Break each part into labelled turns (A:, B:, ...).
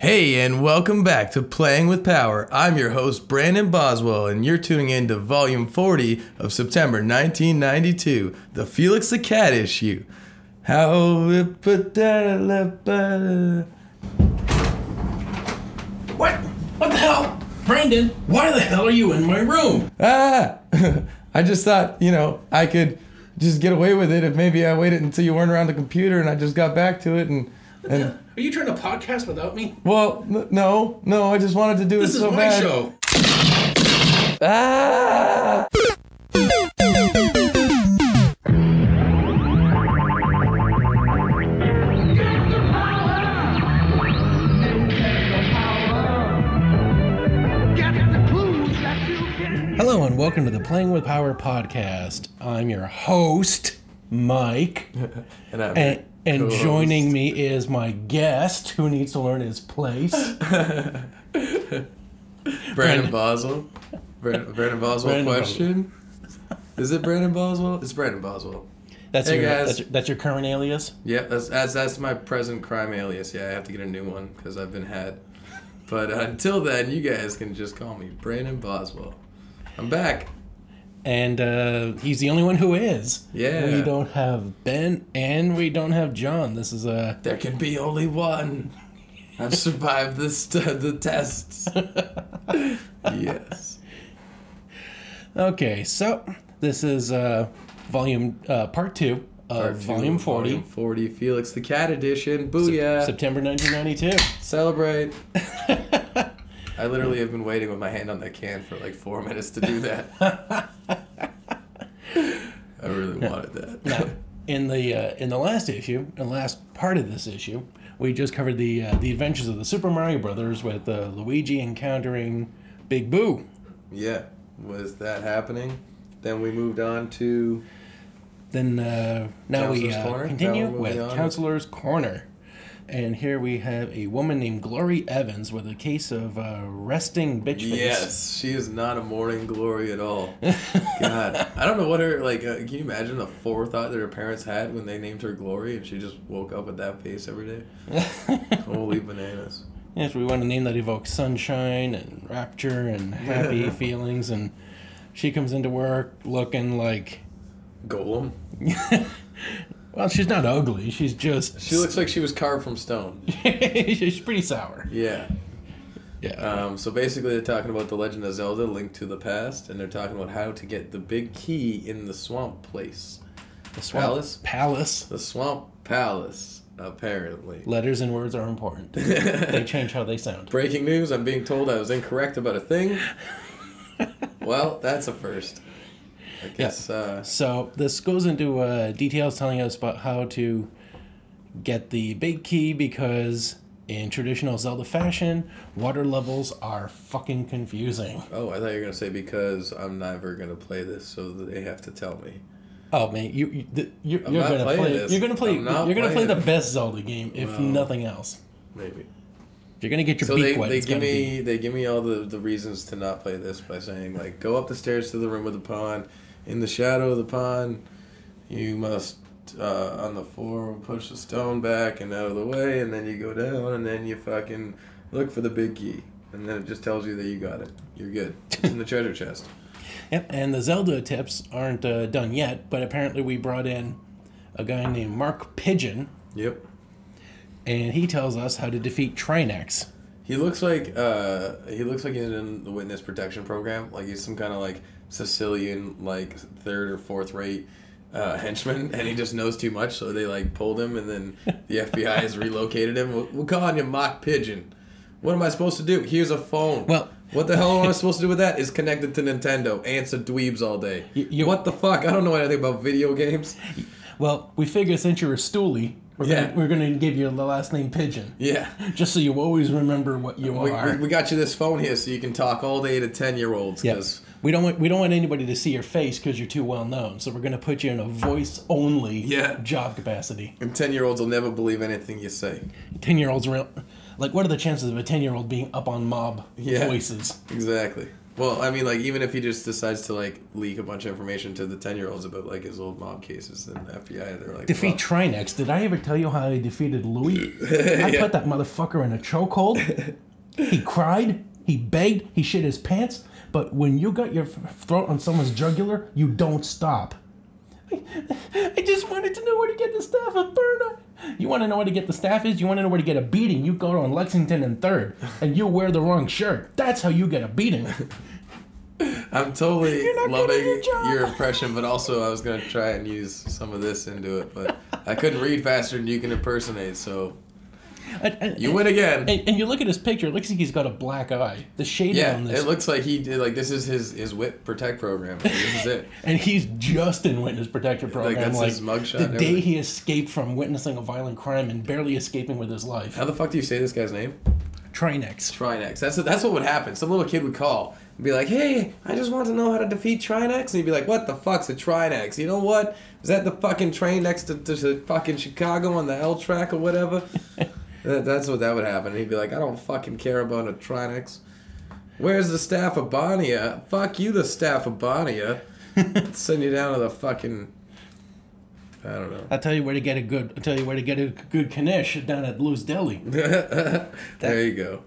A: Hey, and welcome back to Playing with Power. I'm your host, Brandon Boswell, and you're tuning in to Volume 40 of September 1992, the Felix the Cat issue. How it put that left by-
B: What? What the hell? Brandon, why the hell are you in my room?
A: Ah! I just thought, you know, I could just get away with it if maybe I waited until you weren't around the computer and I just got back to it and. and
B: Are you trying to podcast without me?
A: well, n- no, no, I just wanted to do
B: This
A: it
B: is
A: so
B: my
A: bad.
B: show.
A: Ah!
B: Hello, and welcome to the Playing with Power podcast. I'm your host, Mike.
A: And I'm-
B: And, and
A: Co-host.
B: joining me is my guest who needs to learn his place.
A: Brandon Boswell. Brandon, Brandon Boswell
B: Brandon
A: question. Is it Brandon Boswell? It's Brandon Boswell.
B: That's,
A: Hey,
B: your,
A: guys.
B: that's, your, that's your current alias?
A: Yeah, that's, that's that's my present crime alias. Yeah, I have to get a new one because I've been had. But uh, until then, you guys can just call me Brandon Boswell. I'm back.
B: And uh, he's the only one who is.
A: Yeah.
B: We don't have Ben and we don't have John. This is a.
A: There can be only one. I've survived this the tests. yes.
B: Okay, so this is uh, volume uh, part two of
A: Part two,
B: volume forty,
A: Volume 40, Felix the Cat Edition. Booyah.
B: September nineteen ninety two.
A: Celebrate. I literally have been waiting with my hand on the can for like four minutes to do that. I really wanted that.
B: In the uh, in the last issue, and last part of this issue, we just covered the uh, the adventures of the Super Mario Brothers with uh, Luigi encountering Big Boo.
A: yeah, was that happening? Then we moved on to
B: Then uh, now we
A: Counselor's Corner?
B: uh,
A: Now
B: continue
A: we're moving
B: with
A: on.
B: Counselor's Corner. And here we have a woman named Glory Evans with a case of uh, resting bitch face.
A: yes, she is not a morning glory at all. God, I don't know what her like. Uh, can you imagine the forethought that her parents had when they named her Glory, and she just woke up with that face every day? Holy bananas!
B: Yes, we want a name that evokes sunshine and rapture and happy feelings. And she comes into work looking like,
A: Golem.
B: well, she's not ugly. She's just
A: She looks like she was carved from stone.
B: she's pretty sour.
A: Yeah.
B: Yeah.
A: Um, so basically, they're talking about the Legend of Zelda: Link to the Past, and they're talking about how to get the big key in the Swamp Place,
B: the swamp
A: Palace?
B: Palace.
A: the Swamp Palace, apparently.
B: Letters and words are important. they change how they sound.
A: Breaking news: I'm being told I was incorrect about a thing. well, that's a first. I guess. Uh,
B: So this goes into uh, details telling us about how to get the big key because in traditional Zelda fashion, water levels are fucking confusing.
A: oh, I thought you were gonna say because I'm never gonna play this, so they have to tell me.
B: Oh man, you, you th- you're, you're
A: not
B: gonna
A: playing
B: play.
A: this.
B: You're gonna play.
A: I'm not
B: You're gonna play
A: playing
B: the
A: it.
B: best Zelda game, if
A: Wow.
B: nothing else.
A: Maybe.
B: You're gonna get your
A: So
B: beak
A: they,
B: wet.
A: they
B: it's
A: give
B: gonna be-
A: me they give me all the, the reasons to not play this by saying like go up the stairs to the room with the pond, in the shadow of the pond, you must uh, on the floor push the stone back and out of the way, and then you go down, and then you fucking look for the big key, and then it just tells you that you got it. You're good. It's in the treasure chest.
B: Yep, and the Zelda tips aren't uh, done yet, but apparently we brought in a guy named Mark Pigeon,
A: Yep.
B: and he tells us how to defeat Trinax.
A: He looks like uh, he looks like he's in the witness protection program. Like he's some kind of like Sicilian, like third or fourth rate uh, henchman, and he just knows too much. So they like pulled him, and then the FBI has relocated him. We're, we're calling you Mock Pigeon. What am I supposed to do? Here's a phone.
B: Well-
A: what the hell am I supposed to do with that? It's connected to Nintendo. Answer dweebs all day.
B: you-
A: what the fuck? I don't know anything about video games.
B: Well, we figure since you're a stoolie, we're,
A: Yeah.
B: gonna, we're gonna give you the last name Pigeon,
A: Yeah.
B: just so you always remember what you
A: We,
B: are.
A: we, we got you this phone here so you can talk all day to 10 year olds.
B: Yep. We don't want we don't want anybody to see your face because you're too well known. So we're gonna put you in a voice only
A: Yeah.
B: job capacity.
A: And 10 year olds will never believe anything you say.
B: Ten year olds real Like, what are the chances of a 10 year old being up on mob
A: Yeah.
B: voices?
A: Exactly. Well, I mean, like even if he just decides to like leak a bunch of information to the ten year olds about like his old mob cases and the FBI, they're like
B: Defeat
A: well,
B: Trinex. Did I ever tell you how I defeated Louis? I put that motherfucker in a chokehold. he cried. He begged. He shit his pants. But when you got your f- throat on someone's jugular, you don't stop. I, I just wanted to know where to get the staff of Berna. You want to know where to get the staff is? You want to know where to get a beating? You go to Lexington and Third, and you wear the wrong shirt. That's how you get a beating.
A: I'm totally
B: not good at
A: loving
B: your job.
A: your impression, but also I was gonna try and use some of this into it, but I couldn't read faster than you can impersonate, so
B: And- and-
A: you win again.
B: and, and you look at his picture. It looks like he's got a black eye. The shading
A: Yeah,
B: on this
A: it looks like he did like this is his his whip protect program. Like, this is it.
B: and he's just in witness protection program.
A: that's
B: like,
A: his mugshot
B: The
A: and
B: day
A: everything.
B: he escaped from witnessing a violent crime and barely escaping with his life.
A: How the fuck do you say this guy's name?
B: Trinex.
A: Trinex. That's that's what would happen. Some little kid would call and be like, "Hey, I just want to know how to defeat Trinex," and he'd be like, "What the fuck's a Trinex? You know what? Is that the fucking train next to, to, to fucking Chicago on the L track or whatever?" That- that's what that would happen. And he'd be like, "I don't fucking care about a Trinex. Where's the staff of Bonia? Fuck you, the staff of Bonia. Send you down to the fucking." I don't know.
B: I'll tell you where to get a good. I'll tell you where to get a good Kanish down at Lou's Deli.
A: there you go.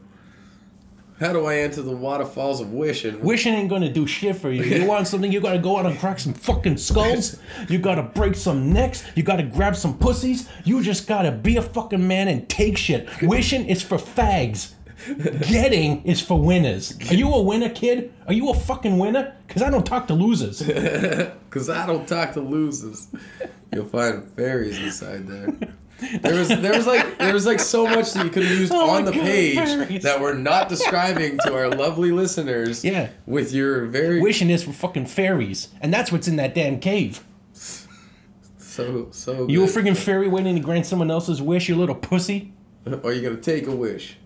A: How do I enter the waterfalls of wish and
B: Wishing ain't gonna do shit for you. You want something? You gotta go out and crack some fucking skulls. You gotta break some necks. You gotta grab some pussies. You just gotta be a fucking man and take shit. Wishing is for fags. Getting is for winners. Are you a winner, kid? Are you a fucking winner? Cause I don't talk to losers.
A: Cause I don't talk to losers. You'll find fairies inside there. There was there was like there was like so much that you could have used
B: Oh my
A: on the
B: God,
A: page
B: fairies.
A: that we're not describing to our lovely listeners.
B: Yeah.
A: With your very
B: wishing this for fucking fairies, and that's what's in that damn cave.
A: so so
B: You a
A: good.
B: freaking fairy waiting to grant someone else's wish, you little pussy.
A: Or you gonna take a wish.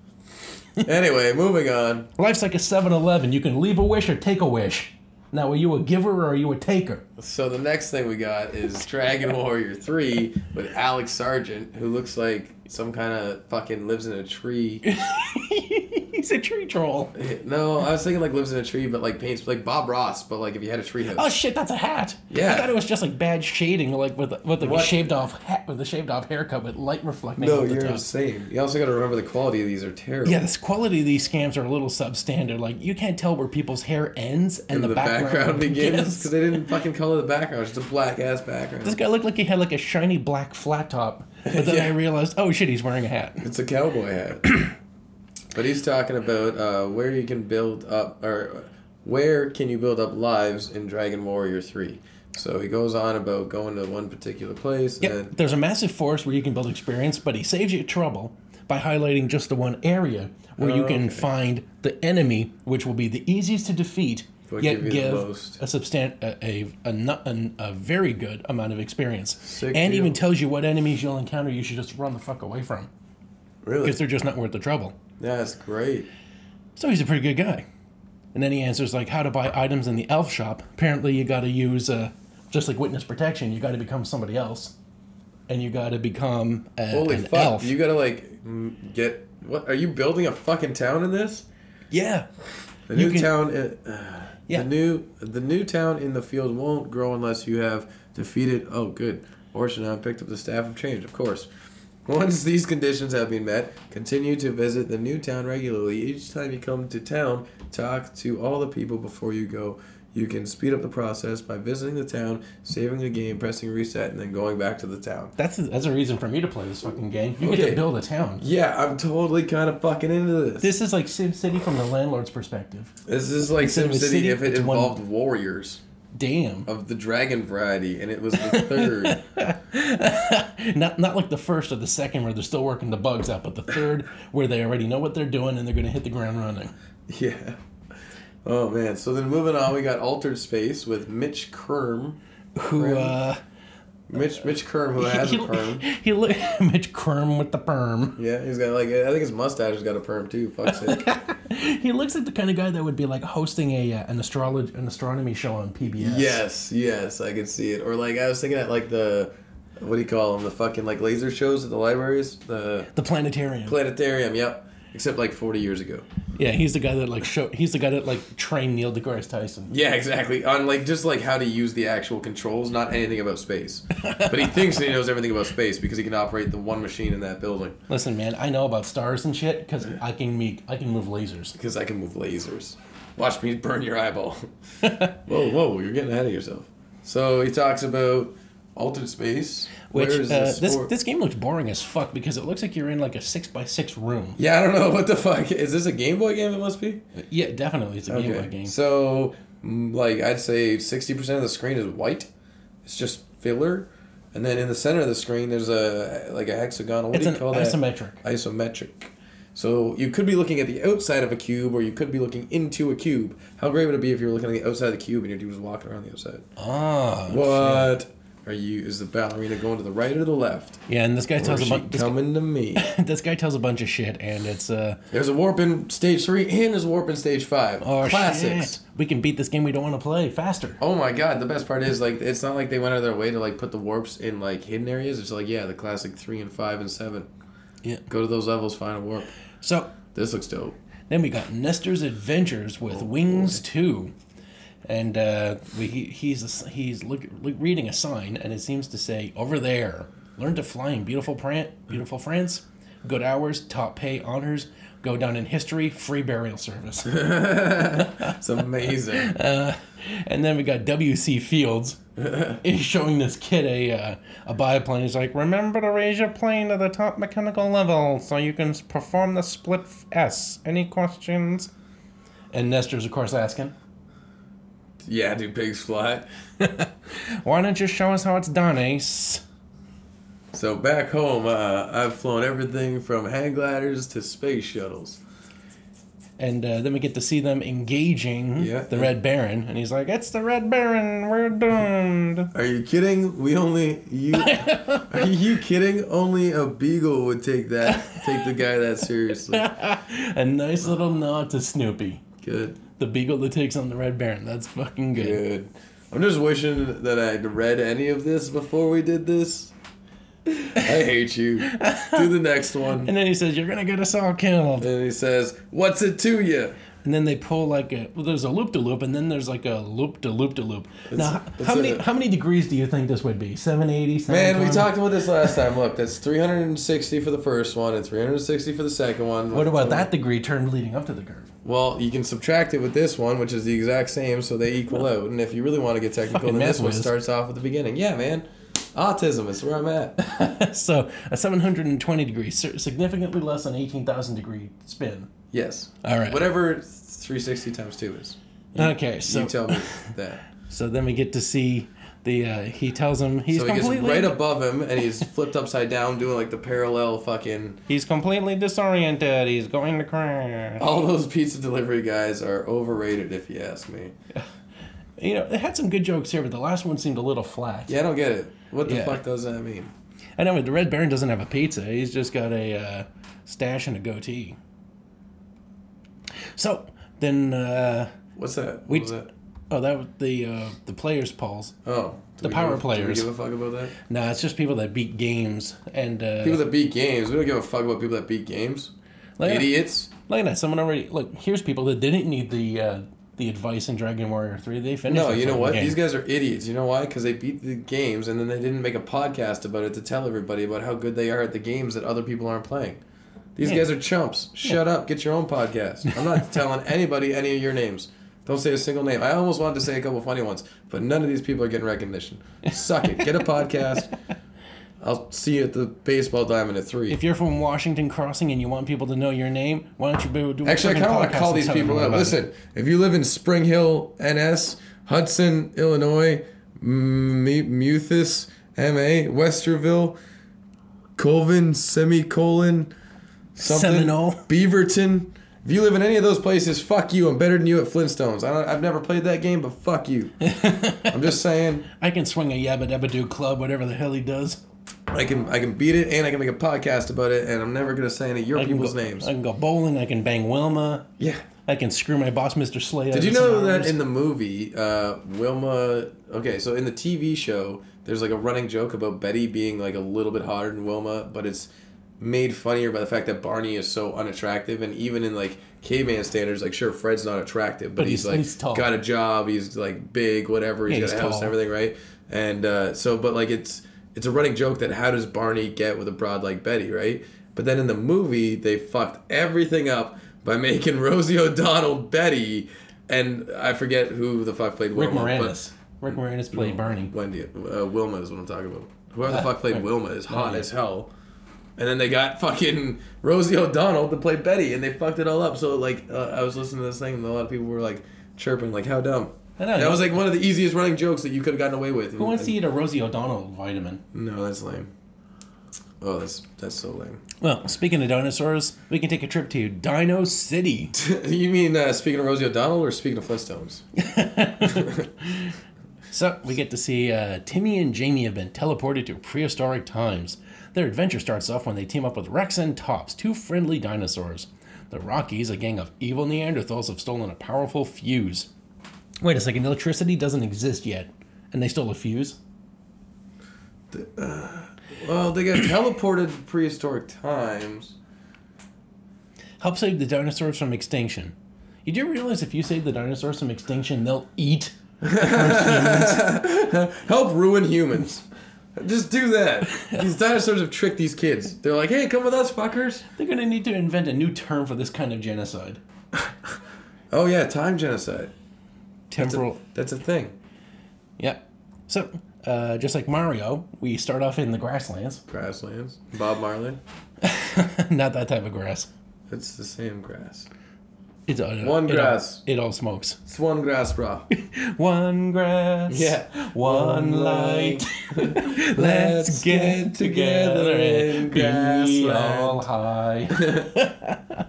A: anyway, moving on.
B: Life's like a 7-Eleven. You can leave a wish or take a wish. Now, are you a giver or are you a taker?
A: So the next thing we got is Dragon Warrior Three with Alex Sargent, who looks like some kind of fucking lives in a tree.
B: He's a tree troll.
A: No, I was thinking like lives in a tree, but like paints like Bob Ross, but like if you had a tree house.
B: Oh shit, that's a hat.
A: Yeah.
B: I thought it was just like bad shading, like with with the
A: What?
B: shaved off hat, with the shaved off haircut, with light reflecting.
A: No,
B: off the
A: you're
B: top.
A: insane. You also got to remember the quality of these are terrible.
B: Yeah, this quality of these scams are a little substandard. Like you can't tell where people's hair ends and,
A: the,
B: the,
A: background, begins because
B: begins.
A: they didn't fucking color the background. It's just a black ass background.
B: This guy looked like he had like a shiny black flat top, but then
A: Yeah.
B: I realized, oh shit, he's wearing a hat.
A: It's a cowboy hat. but he's talking about uh, where you can build up or where can you build up lives in Dragon Warrior Three. So he goes on about going to one particular place.
B: Yep.
A: And then,
B: There's a massive forest where you can build experience, but he saves you trouble by highlighting just the one area where you can find the enemy, which will be the easiest to defeat,
A: But
B: yet
A: give you
B: give,
A: the most.
B: a, substan- a, a, a, nu- an- a very good amount of experience.
A: Sick
B: and even
A: deal.
B: tells you what enemies you'll encounter you should just run the fuck away from,
A: really,
B: because they're just not worth the trouble.
A: that's great.
B: So he's a pretty good guy. And then he answers like how to buy items in the elf shop. Apparently, you got to use uh, just like witness protection. You got to become somebody else, and you got to become a,
A: Holy
B: an
A: fuck!
B: elf.
A: You gotta like m- get what? Are you building a fucking town in this?
B: yeah,
A: The
B: You
A: new
B: can-
A: town. i- Uh,
B: Yeah.
A: The new the new town in the field won't grow unless you have defeated. Oh, good. Orchanon picked up the staff of change, of course. Once these conditions have been met, continue to visit the new town regularly. Each time you come to town, talk to all the people before you go. You can speed up the process by visiting the town, saving the game, pressing reset, and then going back to the town.
B: that's a, that's a reason for me to play this fucking game. You get
A: Okay.
B: to build a town.
A: Yeah, I'm totally kind of fucking into this.
B: This is like SimCity from the landlord's perspective.
A: This is like
B: Instead of a
A: SimCity
B: city,
A: if it
B: it's one-
A: involved warriors.
B: Damn,
A: of the dragon variety, and it was the third.
B: not not like the first or the second where they're still working the bugs out, but the third where they already know what they're doing and they're going to hit the ground running.
A: yeah. Oh man. So then moving on, we got Altered Space with Mitch Kerm.
B: Who uh,
A: Mitch Mitch Kerm, who has
B: he,
A: a perm.
B: he look Mitch Kerm with the perm.
A: Yeah, he's got like I think his mustache has got a perm too. Fuck's sake.
B: He looks like the kind of guy that would be like hosting a uh, an astrology an astronomy show on PBS.
A: yes, yes, I can see it. Or like I was thinking at like the what do you call them? The fucking like laser shows at the libraries. The
B: The planetarium.
A: planetarium. Yep. except like 40 years ago.
B: Yeah, he's the guy that like show. He's the guy that like trained Neil deGrasse Tyson.
A: Yeah, exactly. On like just like how to use the actual controls, not anything about space. but he thinks he knows everything about space because he can operate the one machine in that building
B: Listen, man, I know about stars and shit because I can make I can move lasers.
A: because I can move lasers. Watch me burn your eyeball. whoa, whoa, you're getting ahead of yourself. So he talks about altered space.
B: Which
A: Where
B: uh,
A: is the
B: this
A: sport-
B: this game looks boring as fuck because it looks like you're in like a six by six room.
A: Yeah, I don't know what the fuck is this a Game Boy game? It must be.
B: Yeah, definitely, it's a Game Boy game.
A: So, mm, like, I'd say 60% of the screen is white. It's just filler. And then in the center of the screen, there's a, like, a hexagonal, what
B: It's
A: do
B: an
A: you call that?
B: isometric.
A: Isometric. So you could be looking at the outside of a cube, or you could be looking into a cube. How great would it be if you were looking at the outside of the cube and your dude was walking around the outside?
B: Ah,
A: What? Are you? Is the ballerina going to the right or the left?
B: yeah, and this guy
A: Or is
B: tells a
A: she
B: bunch. This,
A: coming to me?
B: this guy tells a bunch of shit, and it's uh
A: There's a warp in stage three and there's a warp in stage five.
B: oh
A: Classics.
B: shit. We can beat this game we don't want to play faster.
A: Oh my god, the best part is like it's not like they went out of their way to like put the warps in like hidden areas. It's like yeah, the classic three and five and seven.
B: Yeah.
A: Go to those levels, find a warp.
B: So
A: This looks dope.
B: Then we got Nestor's Adventures with Wings Two, and uh, we, he, he's a s he's look, look, reading a sign, and it seems to say over there. Learn to fly in beautiful Pran- beautiful France. Good hours, top pay, honors. Go down in history, free burial service.
A: It's amazing.
B: and then we got W.C. Fields is showing this kid a uh, a biplane. He's like, remember to raise your plane to the top mechanical level so you can s- perform the split f- S. Any questions? And Nestor's, of course, asking,
A: yeah, dude, pigs fly.
B: why don't you show us how it's done, Ace?
A: So back home, uh, I've flown everything from hang gliders to space shuttles.
B: And uh, then we get to see them engaging
A: Yeah.
B: the Red Baron, and he's like, "It's the Red Baron. We're doomed."
A: Are you kidding? We only you. are you kidding? Only a beagle would take that. Take the guy that seriously.
B: A nice little nod to Snoopy,
A: Good.
B: the beagle that takes on the Red Baron. That's fucking good.
A: Good. I'm just wishing that I'd read any of this before we did this. I hate you. Do the next one.
B: And then he says, "You're gonna get us all killed."
A: And he says, "What's it to you?"
B: and then they pull like a well, there's a loop de loop, and then there's like a loop de loop de loop. Now, h-
A: it's
B: how many
A: a-
B: how many degrees do you think this would be? 780,
A: Man, we
B: 720?
A: talked about this last time. Look, that's 360 for the first one and 360 for the second one.
B: What about that degree term leading up to the curve?
A: Well, you can subtract it with this one, which is the exact same, so they equal out. And if you really want to get technical,
B: Fucking
A: then this
B: math
A: one
B: whiz.
A: starts off at the beginning. Yeah, man. Autism is where I'm at.
B: so a 720 degree, si- significantly less than 18,000 degree spin.
A: Yes.
B: All right.
A: Whatever 360 times 2 is.
B: Okay, so
A: You tell me that.
B: so then we get to see the uh, he tells him he's
A: So he gets
B: completely
A: right above him and he's flipped upside down doing like the parallel fucking
B: he's completely disoriented. He's going to crash.
A: all those pizza delivery guys are overrated if you ask me.
B: You know, it had some good jokes here, but the last one seemed a little flat.
A: Yeah, I don't get it. What the
B: Yeah.
A: fuck does that mean?
B: I know, but the Red Baron doesn't have a pizza. He's just got a uh, stash and a goatee. So then, uh,
A: What's that?
B: We-
A: What was that?
B: oh, that was the uh, the players' polls.
A: Oh. do
B: The
A: we
B: power
A: give, Do we
B: players.
A: give a fuck about that?
B: Nah, it's just people that beat games and uh,
A: People that beat games. We don't give a fuck about people that beat games.
B: look, at,
A: Idiots.
B: look at that. Someone already look. Here's people that didn't need the uh, the advice in Dragon Warrior Three. They finished.
A: No,
B: the
A: you know
B: fucking
A: what?
B: game.
A: These guys are idiots. You know why? Because they beat the games and then they didn't make a podcast about it to tell everybody about how good they are at the games that other people aren't playing. These
B: Yeah.
A: guys are chumps. Shut up. Get your own podcast. I'm not telling anybody any of your names. Don't say a single name. I almost wanted to say a couple funny ones, but none of these people are getting recognition. Suck it. Get a podcast. I'll see you at the baseball diamond at three.
B: If you're from Washington Crossing and you want people to know your name, why don't you be do a
A: Actually, I
B: friggin'
A: kind of want
B: podcast
A: to call
B: and
A: these
B: tell them
A: people out.
B: about it?
A: Listen, if you live in Spring Hill, NS, Hudson, Illinois, M- Muthus, MA, Westerville, Colvin, semicolon, something,
B: Seminole.
A: Beaverton. If you live in any of those places, fuck you. I'm better than you at Flintstones. I don't, I've never played that game, but fuck you. I'm just saying,
B: I can swing a yabba dabba doo club, whatever the hell he does.
A: I can I can beat it, and I can make a podcast about it, and I'm never gonna say any of your
B: I can
A: people's
B: go,
A: names.
B: I can go bowling. I can bang Wilma.
A: yeah.
B: I can screw my boss, Mr. Slay.
A: Did you know that in the movie, uh, Wilma? Okay, so in the TV show, there's like a running joke about Betty being like a little bit hotter than Wilma, but it's made funnier by the fact that Barney is so unattractive, and even in like caveman standards, like sure Fred's not attractive, but,
B: But
A: he's,
B: he's-
A: like
B: he's tall.
A: got a job, he's like big, whatever, he's
B: Yeah,
A: got
B: he's
A: a house
B: tall.
A: and everything, right? And uh, so, but like it's it's a running joke that how does Barney get with a broad like Betty, right? But then in the movie, they fucked everything up by making Rosie O'Donnell Betty, and I forget who the fuck played
B: Rick
A: Wilma, but-
B: Moranis. Rick Moranis played Barney.
A: Wendy, uh, Wilma is what I'm talking about. Whoever the
B: Ah,
A: fuck played
B: right.
A: Wilma is hot
B: yeah.
A: as hell. And then they got fucking Rosie O'Donnell to play Betty, and they fucked it all up. So like, uh, I was listening to this thing, and a lot of people were like chirping, like, "How dumb."
B: I know,
A: that
B: you-
A: was like one of the easiest running jokes that you could have gotten away with.
B: Who wants to eat a Rosie O'Donnell vitamin?
A: No, that's lame. Oh, that's that's so lame.
B: Well, speaking of dinosaurs, we can take a trip to Dino City.
A: you mean uh, speaking of Rosie O'Donnell or speaking of Flintstones?
B: So we get to see uh, Timmy and Jamie have been teleported to prehistoric times. Their adventure starts off when they team up with Rex and Tops, two friendly dinosaurs. The Rockies, a gang of evil Neanderthals, have stolen a powerful fuse. Wait a second, electricity doesn't exist yet, and they stole a fuse?
A: Well, they got teleported to prehistoric times.
B: Help save the dinosaurs from extinction. You do realize if you save the dinosaurs from extinction, they'll eat.
A: Help ruin humans. Just do that. These dinosaurs have tricked these kids. They're like, hey, come with us, fuckers.
B: They're gonna need to invent a new term for this kind of genocide.
A: Oh, yeah, time genocide.
B: Temporal.
A: That's a thing.
B: Yep. So, uh, just like Mario, we start off in the grasslands.
A: Grasslands. Bob Marley.
B: Not that type of grass.
A: It's the same grass.
B: It's uh,
A: One
B: it all-
A: grass.
B: It all smokes.
A: It's one grass, bro.
B: One grass.
A: Yeah.
B: One light. Let's get together and be
A: grassland.
B: all high.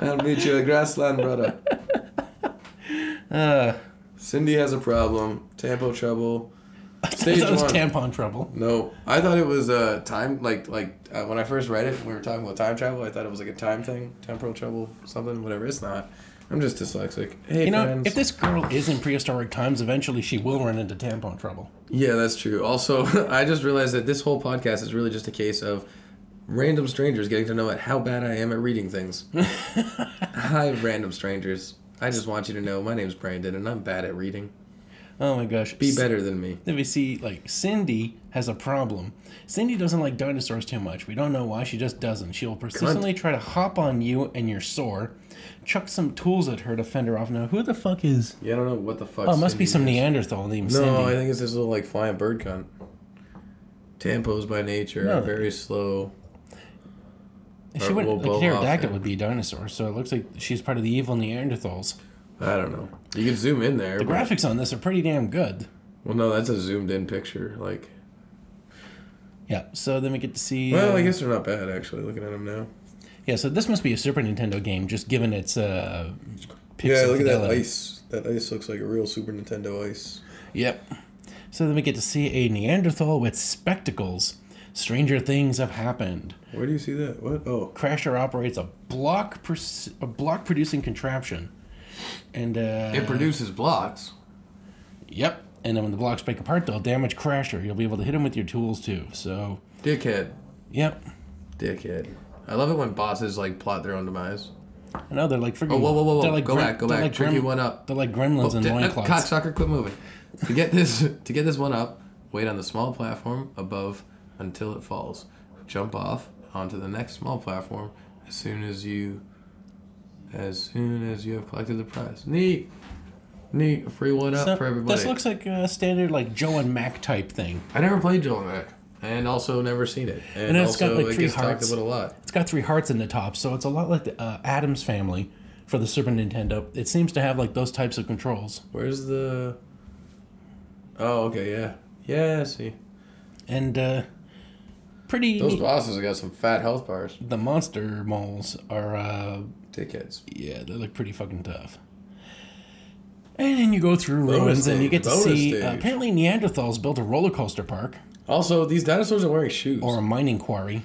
A: I'll meet you at grassland, brother.
B: Uh,
A: Cindy has a problem. Tampo trouble. Stage
B: that was
A: one.
B: tampon trouble.
A: No, I thought it was uh, time. Like like uh, when I first read it, we were talking about time travel. I thought it was like a time thing, temporal trouble, something, whatever. It's not. I'm just dyslexic. Hey,
B: You know,
A: friends.
B: if this girl is in prehistoric times, eventually she will run into tampon trouble.
A: yeah, that's true. Also, I just realized that this whole podcast is really just a case of random strangers getting to know it, how bad I am at reading things. Hi, random strangers. I just want you to know my name's Brandon, and I'm bad at reading.
B: Oh my gosh.
A: Be better than me.
B: Then we see like Cindy has a problem. Cindy doesn't like dinosaurs too much. We don't know why. She just doesn't. She will persistently try to hop on you and your sore. Chuck some tools at her to fend her off. Now who the fuck is?
A: Yeah, I don't know what the fuck.
B: Oh, it must be
A: Cindy
B: some
A: is.
B: Neanderthal named
A: No,
B: Cindy.
A: I think it's this little like flying bird cunt. Tampos by nature
B: No.
A: are very slow.
B: If she went
A: We'll
B: like
A: blow off
B: pterodactyl
A: him.
B: would be a dinosaur, so it looks like she's part of the evil Neanderthals.
A: I don't know. You can zoom in there.
B: The
A: but-
B: graphics on this are pretty damn good.
A: well, no, that's a zoomed in picture. Like,
B: Yeah. So then we get to see.
A: well,
B: uh,
A: I guess they're not bad actually. Looking at them now.
B: yeah. So this must be a Super Nintendo game, just given its uh. Pixel
A: Yeah, look at that
B: fidelity.
A: ice. That ice looks like a real Super Nintendo ice.
B: Yep. So then we get to see a Neanderthal with spectacles. Stranger things have happened.
A: Where do you see that? What? Oh,
B: Crasher operates a block pr- a block producing contraption, and uh,
A: produces blocks.
B: yep. And then when the blocks break apart, they'll damage Crasher. You'll be able to hit him with your tools too. So
A: Dickhead.
B: yep.
A: Dickhead. I love it when bosses like plot their own demise.
B: I know they're like freaking.
A: Oh, whoa, whoa, whoa,
B: They're
A: whoa!
B: like
A: go
B: grem-
A: back, go
B: they're
A: back.
B: like
A: Tricky
B: grem-
A: one up.
B: They're like gremlins and
A: Di- uh,
B: loincloths.
A: Cocksucker, quit moving. To get this, to get this one up, wait on the small platform above until it falls. Jump off onto the next small platform as soon as you, as soon as you have collected the prize. Neat, neat. A Free one up
B: So
A: for everybody.
B: this looks like a standard like Joe and Mac type thing.
A: I never played Joel and Mac, and also never seen it. And,
B: And it's
A: also,
B: got, like,
A: it
B: three
A: gets
B: hearts.
A: talked about a lot.
B: It's got three hearts in the top, so it's a lot like the uh, Adams Family for the Super Nintendo. It seems to have like those types of controls,
A: Where's the? Oh, okay, yeah, yeah. I see,
B: and uh, pretty.
A: those bosses have got some fat health bars.
B: the monster moles are, uh,
A: Dickheads.
B: yeah, they look pretty fucking tough. And then you go through ruins, and you
A: stage,
B: get to
A: bonus
B: see.
A: stage.
B: Uh, apparently, Neanderthals built a roller coaster park
A: Also, these dinosaurs are wearing shoes.
B: or a mining quarry.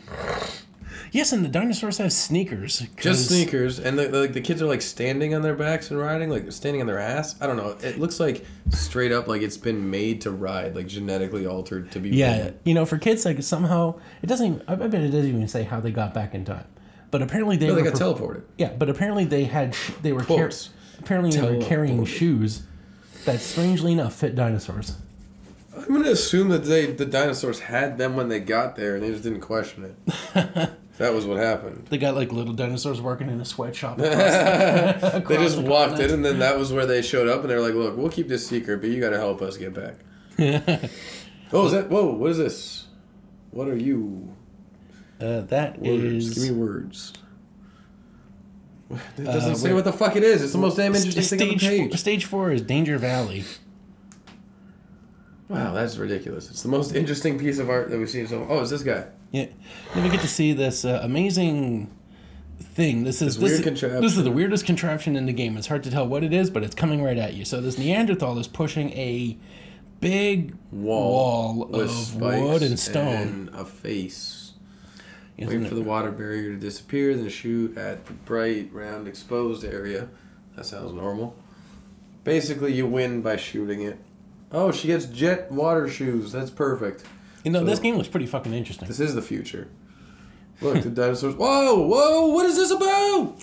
B: Yes, and the dinosaurs have sneakers. 'cause-
A: Just sneakers, and the, like the kids are like standing on their backs and riding, like standing on their ass. I don't know. It looks like straight up like it's been made to ride, like genetically altered to be.
B: Yeah, you know, for kids, like somehow it doesn't. Even, I I bet it doesn't even say how they got back in time. But apparently they
A: No, they
B: were
A: got
B: pro-
A: teleported.
B: Yeah, but apparently they had sh- they were car-
A: Quotes.
B: apparently they were carrying
A: Teleported.
B: shoes that strangely enough fit dinosaurs.
A: I'm gonna assume that they the dinosaurs had them when they got there, and they just didn't question it. that was what happened.
B: They got like little dinosaurs working in a sweatshop.
A: They just walked in, and then that was where they showed up, and they were like, "Look, we'll keep this secret, but you gotta help us get back." oh, is that? Whoa! What is this? What are you?
B: uh, that
A: Words.
B: is
A: Give me words. It doesn't
B: Uh,
A: say
B: wait.
A: what the fuck it is. It's the most damn
B: S-
A: interesting thing on the
B: stage four,
A: page.
B: stage four is Danger Valley.
A: Wow, that's ridiculous. It's the most interesting piece of art that we've seen so. Oh, it's this guy.
B: Yeah, then we get to see this uh, amazing thing. This is
A: weird
B: this,
A: contraption.
B: is this is the weirdest contraption in the game. It's hard to tell what it is, but it's coming right at you. So this Neanderthal is pushing a big
A: Wall,
B: wall
A: with
B: of
A: spikes
B: wood and stone.
A: and a face.
B: Isn't
A: Wait
B: it-
A: for the water barrier to disappear, then shoot at the bright, round, exposed area. That sounds normal. Basically, you win by shooting it. Oh, she gets jet water shoes. That's perfect.
B: you know, this
A: so-
B: game looks pretty fucking interesting.
A: This is the future. Look, the dinosaurs. Whoa, whoa, what is this about?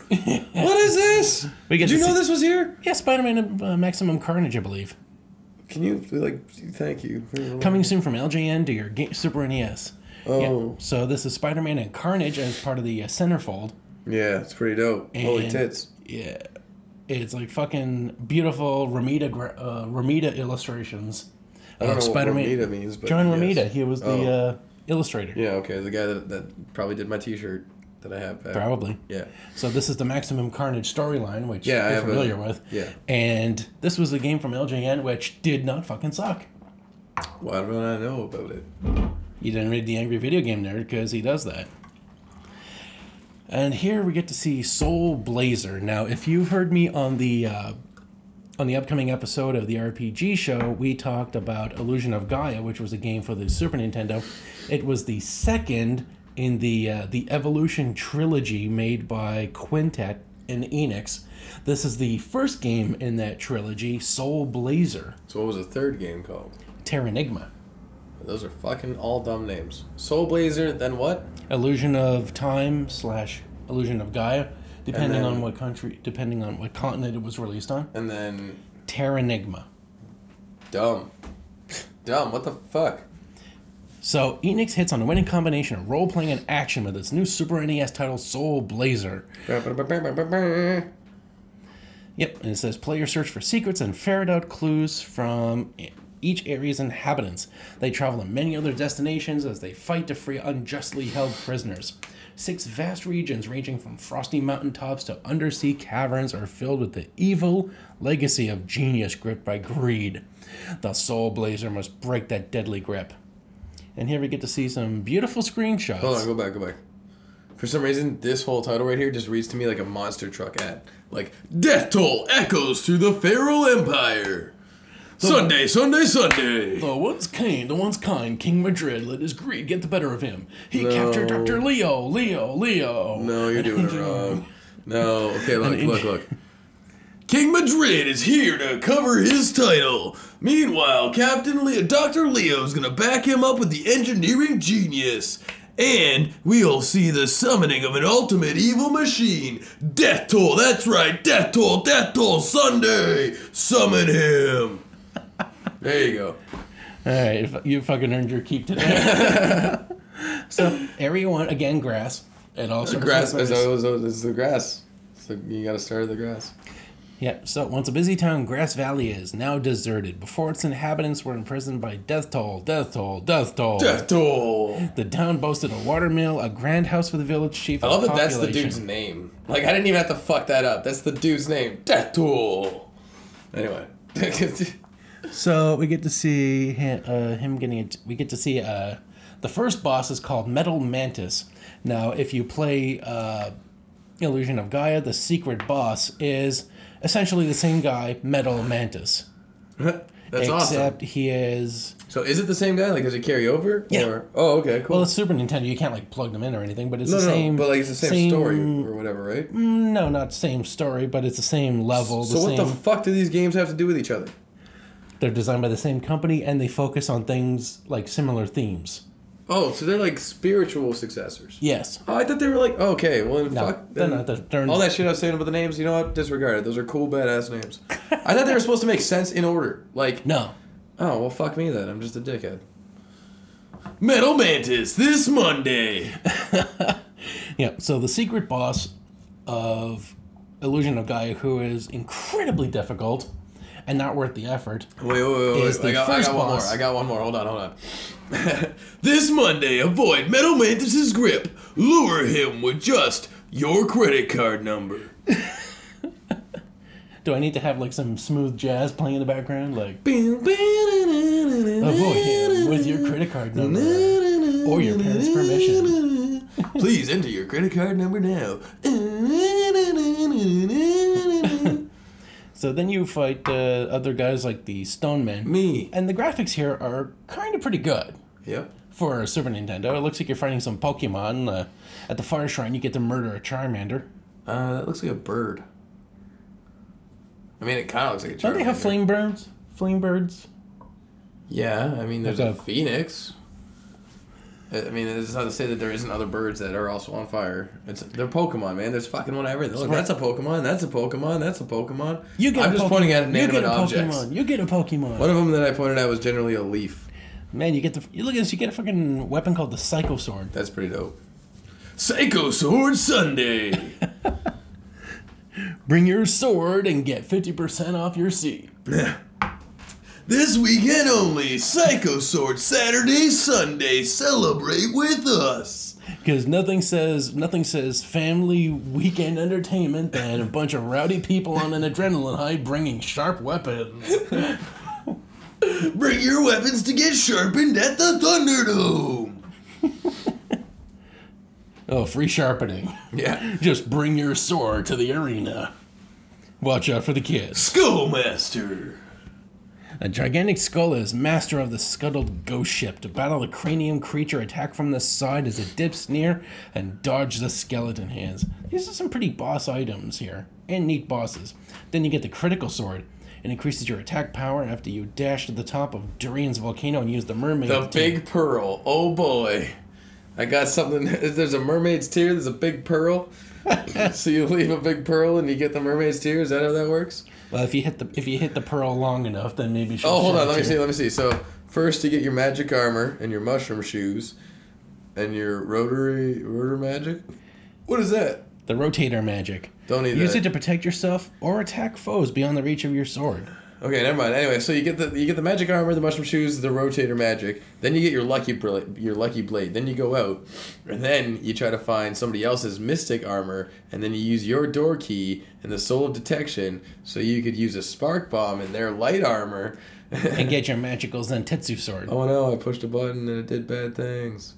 A: What is this?
B: We get
A: Did you
B: to
A: know
B: see-
A: this was here?
B: yeah, Spider-Man uh, Maximum Carnage, I believe,
A: Can you, like, thank you.
B: coming soon from LJN to your ga- Super NES.
A: Oh,
B: Yeah. So this is Spider-Man and Carnage as part of the uh, centerfold.
A: yeah, it's pretty dope. Holy
B: And-
A: tits.
B: Yeah. It's like fucking beautiful Ramita gra- uh, Ramita illustrations.
A: I don't
B: of
A: know
B: Spider-Man.
A: what Ramita means, but.
B: John
A: yes.
B: Ramita. He was the
A: Oh.
B: uh, illustrator,
A: Yeah, okay, the guy that, that probably did my T-shirt that I have. Back.
B: probably.
A: Yeah,
B: So this is the Maximum Carnage storyline, which
A: Yeah, I
B: you're
A: have a-
B: familiar with.
A: yeah.
B: And this was a game from LJN, which did not fucking suck.
A: Why don't I know about it?
B: You didn't read the Angry Video Game Nerd because he does that. And here we get to see Soul Blazer. Now, if you've heard me on the uh, on the upcoming episode of the RPG show, we talked about Illusion of Gaia, which was a game for the Super Nintendo. It was the second in the uh, the Evolution trilogy made by Quintet and Enix. This is the first game in that trilogy, Soul Blazer,
A: So what was the third game called?
B: Terranigma,
A: Those are fucking all dumb names. Soul Blazer, then what?
B: Illusion of Time slash Illusion of Gaia, depending
A: then-
B: on what country, depending on what continent it was released on.
A: And then
B: Terranigma.
A: dumb, dumb. What the fuck?
B: So Enix hits on a winning combination of role playing and action with its new Super NES title Soul Blazer.
A: Soul
B: Yep, and it says player search for secrets and ferret out clues from each area's inhabitants. They travel to many other destinations as they fight to free unjustly held prisoners. Six vast regions ranging from frosty mountaintops to undersea caverns are filled with the evil legacy of genius gripped by greed. The Soul Blazer must break that deadly grip. And here we get to see some beautiful screenshots.
A: Hold on, go back, go back. For some reason, this whole title right here just reads to me like a monster truck ad. Like, Death Toll echoes through the Feral Empire. Sunday, Sunday, Sunday.
B: The once kind, the once kind, King Madrid let his greed get the better of him. He captured Dr. Leo, Leo, Leo.
A: No, you're doing it wrong. No, okay, look,
B: An
A: look,
B: inch-
A: look. King Madrid is here to cover his title. Meanwhile, Captain Leo, Dr. Leo's gonna back him up with the engineering genius. And we'll see the summoning of an ultimate evil machine. Death Toll, that's right, Death Toll, Death Toll Sunday. Summon him. There you go.
B: All right, if- you fucking earned your keep today. so, area one, again, grass. It also
A: Grass, it's, it's, it's the grass. So you gotta start at the grass.
B: Yeah, so once a busy town, Grass Valley is now deserted. Before its inhabitants were imprisoned by death toll, death toll, death toll.
A: Death Toll.
B: The town boasted a watermill, a grand house for the village chief.
A: I love that that's the dude's name. Like, I didn't even have to fuck that up. That's the dude's name. Death Tool. Anyway.
B: So we get to see him, uh, him getting it. We get to see uh, the first boss is called Metal Mantis. Now, if you play uh, Illusion of Gaia, the secret boss is essentially the same guy, Metal Mantis.
A: That's awesome.
B: except he is.
A: So is it the same guy? Like, does it carry over?
B: Yeah.
A: Or, oh, okay, cool.
B: Well, it's Super Nintendo. You can't like plug them in or anything, but it's
A: no,
B: the
A: no,
B: same.
A: but like it's the same, story or whatever, right?
B: Mm, No, not same story, but it's the same level.
A: So
B: the
A: what
B: same,
A: the fuck do these games have to do with each other?
B: they're designed by the same company, and they focus on things like similar themes.
A: Oh, so they're like spiritual successors.
B: Yes.
A: Oh, I thought they were like okay, well then
B: No,
A: fuck.
B: they're
A: Then
B: not. They're, they're-
A: all that shit I was saying about the names, you know what? Disregard it. Those are cool, badass names. I thought they were supposed to make sense in order. Like,
B: no.
A: oh well, fuck me then. I'm just a dickhead. Metal Mantis this Monday.
B: Yeah. So the secret boss of Illusion of Gaia, who is incredibly difficult and not worth the effort.
A: Wait, wait, wait, wait.
B: Is the
A: I, got, I
B: first
A: got one more.
B: boss.
A: I got one more. Hold on, hold on. this Monday, avoid Metal Mantis's grip. Lure him with just your credit card number.
B: Do I need to have like some smooth jazz playing in the background? Like avoid
A: Avoid
B: him with your credit card number. or your parents' permission.
A: Please enter your credit card number now.
B: So then you fight uh, other guys like the Stone Men.
A: Me.
B: And the graphics here are kind of pretty good
A: Yep.
B: for a Super Nintendo. It looks like you're fighting some Pokemon. Uh, at the Fire Shrine, you get to murder a Charmander.
A: Uh, that looks like a bird. I mean, it kind of looks like a.
B: Don't they have
A: Charmander.
B: flame birds? Flame birds?
A: Yeah, I mean, there's
B: Like
A: a
B: a-
A: phoenix. I I mean, it's not to say that there isn't other birds that are also on fire. It's they're Pokemon, man. There's fucking one everything. Look, that's a Pokemon. That's a Pokemon. That's a Pokemon.
B: You get
A: I'm
B: a
A: just
B: Pokemon.
A: pointing at
B: you get
A: inanimate
B: a
A: objects.
B: Pokemon. You get a Pokemon.
A: One of them that I pointed out was generally a leaf.
B: Man, you get the you look at this. You get a fucking weapon called the Psycho Sword.
A: That's pretty dope. Psycho Sword Sunday.
B: Bring your sword and get fifty percent off your seat.
A: this weekend only. Psycho Sword Saturday, Sunday. Celebrate with us.
B: Because nothing says nothing says family weekend entertainment than a bunch of rowdy people on an adrenaline high bringing sharp weapons.
A: Bring your weapons to get sharpened at the Thunderdome.
B: Oh, free sharpening.
A: Yeah.
B: Just bring your sword to the arena. Watch out for the kids.
A: Skullmaster.
B: A gigantic skull is master of the scuttled ghost ship. To battle the cranium creature, attack from the side as it dips near and dodge the skeleton hands. These are some pretty boss items here, and neat bosses. Then you get the critical sword. It increases your attack power after you dash to the top of Durian's volcano and use the mermaid.
A: The
B: to-
A: big pearl. Oh boy. I got something. There's a mermaid's tear. There's a big pearl. so you leave a big pearl and you get the mermaid's tear. Is that how that works?
B: Well, if you hit the if you hit the pearl long enough, then maybe. she'll
A: Oh, hold
B: shed
A: on. Let me
B: tear.
A: see. Let me see. So first you get your magic armor and your mushroom shoes, and your rotary rotor magic. What is that?
B: The rotator magic.
A: Don't need
B: Use
A: that.
B: it to protect yourself or attack foes beyond the reach of your sword.
A: Okay, never mind. Anyway, so you get the you get the magic armor, the mushroom shoes, the rotator magic. Then you get your lucky bla- your lucky blade. Then you go out, and then you try to find somebody else's mystic armor, and then you use your door key and the soul of detection, so you could use a spark bomb in their light armor.
B: and get your magical Zentetsu sword.
A: oh no! I pushed a button and it did bad things.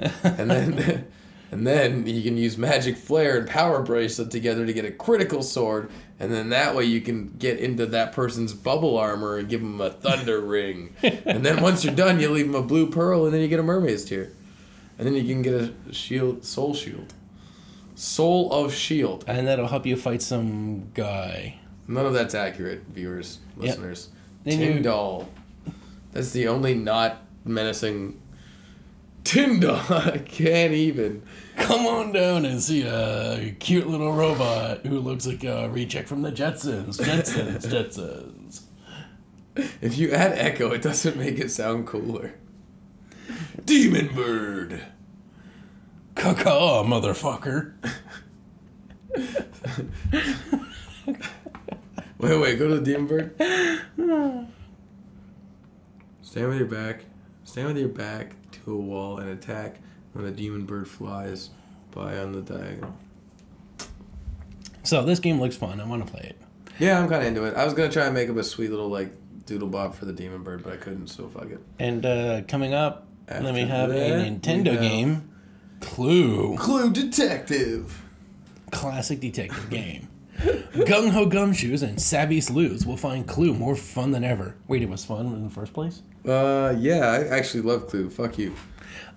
A: and then and then you can use magic flare and power bracelet together to get a critical sword, and then that way you can get into that person's bubble armor and give them a thunder ring. and then once you're done, you leave them a blue pearl, and then you get a mermaid's tear, and then you can get a shield, soul shield, soul of shield.
B: And that'll help you fight some guy.
A: None of that's accurate, viewers, listeners.
B: Then you-
A: Tyndall. That's the only not menacing. Tyndall. I can't even.
B: Come on down and see a cute little robot who looks like a reject from the Jetsons. Jetsons, Jetsons.
A: If you add echo, it doesn't make it sound cooler. Demon bird.
B: Caca, motherfucker.
A: Wait, wait. Go to the demon bird. Stand with your back. Stand with your back to a wall and attack when a demon bird flies by on the diagonal.
B: So this game looks fun. I want to play it.
A: Yeah, I'm kind of into it. I was gonna try and make up a sweet little like doodle bob for the demon bird, but I couldn't. So fuck it.
B: And uh, coming up, let me
A: After
B: have a
A: that, we
B: Nintendo
A: have-
B: game. Clue.
A: Clue detective.
B: Classic detective game. Gung Ho Gumshoes and Savvy Sleuths will find Clue more fun than ever. Wait, it was fun in the first place?
A: Uh, yeah, I actually love Clue. Fuck you.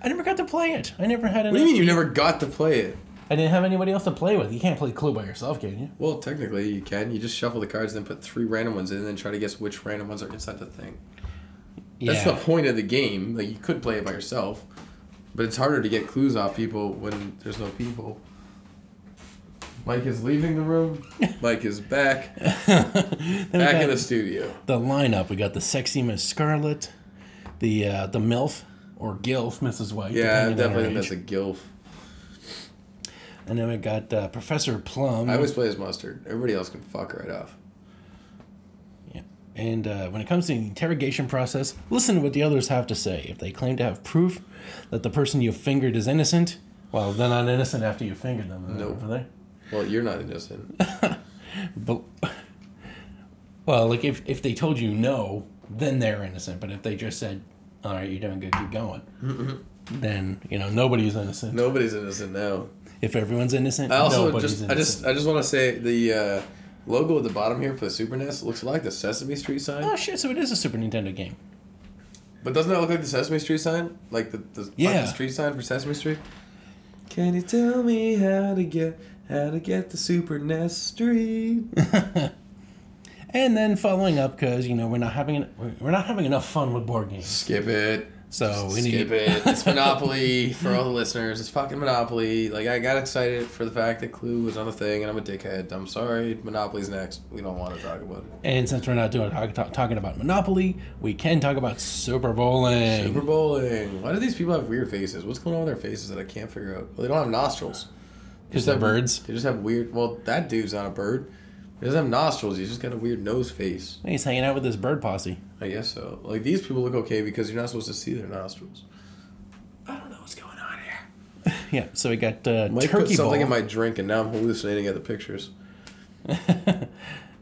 B: I never got to play it. I never had an.
A: What do you mean you never got to play it?
B: I didn't have anybody else to play with. You can't play Clue by yourself, can you?
A: Well, technically you can. You just shuffle the cards, then put three random ones in, and then try to guess which random ones are inside the thing. That's the point of the game. Like you could play it by yourself, but it's harder to get clues off people when there's no people. Mike is leaving the room. Mike is back,
B: Then we
A: back
B: got
A: in the studio.
B: the lineup. We got the sexy Miss Scarlet, the uh, the MILF or GILF, Mrs. White.
A: Yeah, I
B: depending on her
A: definitely think that's
B: age.
A: a gilf.
B: And then we got uh, Professor Plum.
A: I always play as mustard. Everybody else can fuck right off.
B: Yeah. And uh, when it comes to the interrogation process, listen to what the others have to say. If they claim to have proof that the person you fingered is innocent, well, they're not innocent after you fingered them.
A: Nope.
B: Are they?
A: Well, you're not innocent.
B: But, well, like if, if they told you no, then they're innocent. But if they just said, all right, you're doing good, keep going,
A: Mm-hmm.
B: then, you know, nobody's innocent.
A: Nobody's innocent now.
B: If everyone's innocent,
A: I also
B: nobody's
A: just I
B: innocent.
A: just I just want to say the uh, logo at the bottom here for the Super NES looks like the Sesame Street sign.
B: Oh, shit, so it is a Super Nintendo game.
A: But doesn't that look like the Sesame Street sign? Like the, the
B: Yeah.
A: fucking street sign for Sesame Street? Can you tell me how to get how to get the Super Nest Street?
B: And then following up, because, you know, we're not having en- we're- we're not having enough fun with board games.
A: Skip it.
B: So we
A: Skip
B: need.
A: it. It's Monopoly for all the listeners. It's fucking Monopoly. Like I got excited for the fact that Clue was on the thing, and I'm a dickhead. I'm sorry. Monopoly's next. We don't want to talk about it.
B: And since we're not doing talk, talk, talking about Monopoly, we can talk about Super Bowling.
A: Super bowling. Why do these people have weird faces? What's going on with their faces that I can't figure out? Well, they don't have nostrils.
B: Because they're
A: have-
B: birds.
A: They just have weird. Well, that dude's not a bird. He doesn't have nostrils. He's just got a weird nose face.
B: He's hanging out with his bird posse.
A: I guess so. Like these people look okay because you're not supposed to see their nostrils.
B: I don't know what's going on here. yeah, so we got uh,
A: Mike put
B: turkey bowl.
A: something in my drink, and now I'm hallucinating at the pictures.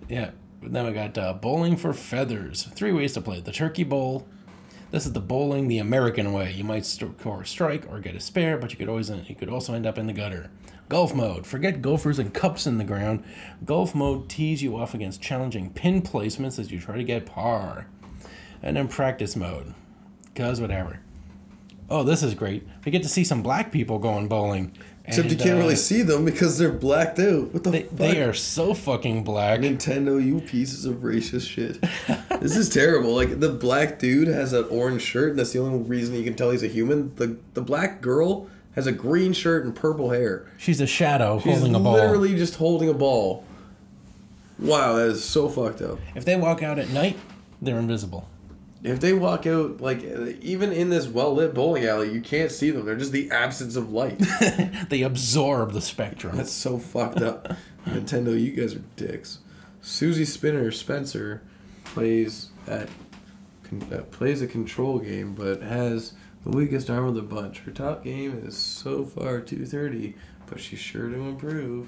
B: yeah, then we got uh, bowling for feathers. Three ways to play the turkey bowl. This is the bowling the American way. You might st- score a strike or get a spare, but you could always you could also end up in the gutter. Golf mode. Forget gophers and cups in the ground. Golf mode tees you off against challenging pin placements as you try to get par. And then practice mode. Cause whatever. Oh, this is great. We get to see some black people going bowling.
A: Except you
B: And,
A: can't
B: uh,
A: really see them because they're blacked out. What the
B: They,
A: fuck?
B: they are so fucking black.
A: Nintendo, you pieces of racist shit. this is terrible. Like the black dude has an orange shirt, and that's the only reason you can tell he's a human. The the black girl has a green shirt and purple hair.
B: She's a shadow
A: She's
B: holding a ball.
A: literally just holding a ball. Wow, that is so fucked up.
B: If they walk out at night, they're invisible.
A: If they walk out, like even in this well lit bowling alley, you can't see them. They're just the absence of light.
B: They absorb the spectrum.
A: That's so fucked up. Nintendo, you guys are dicks. Susie Spinner Spencer plays at con- uh, plays a control game, but has the weakest arm of the bunch. Her top game is so far 230, but she's sure to improve.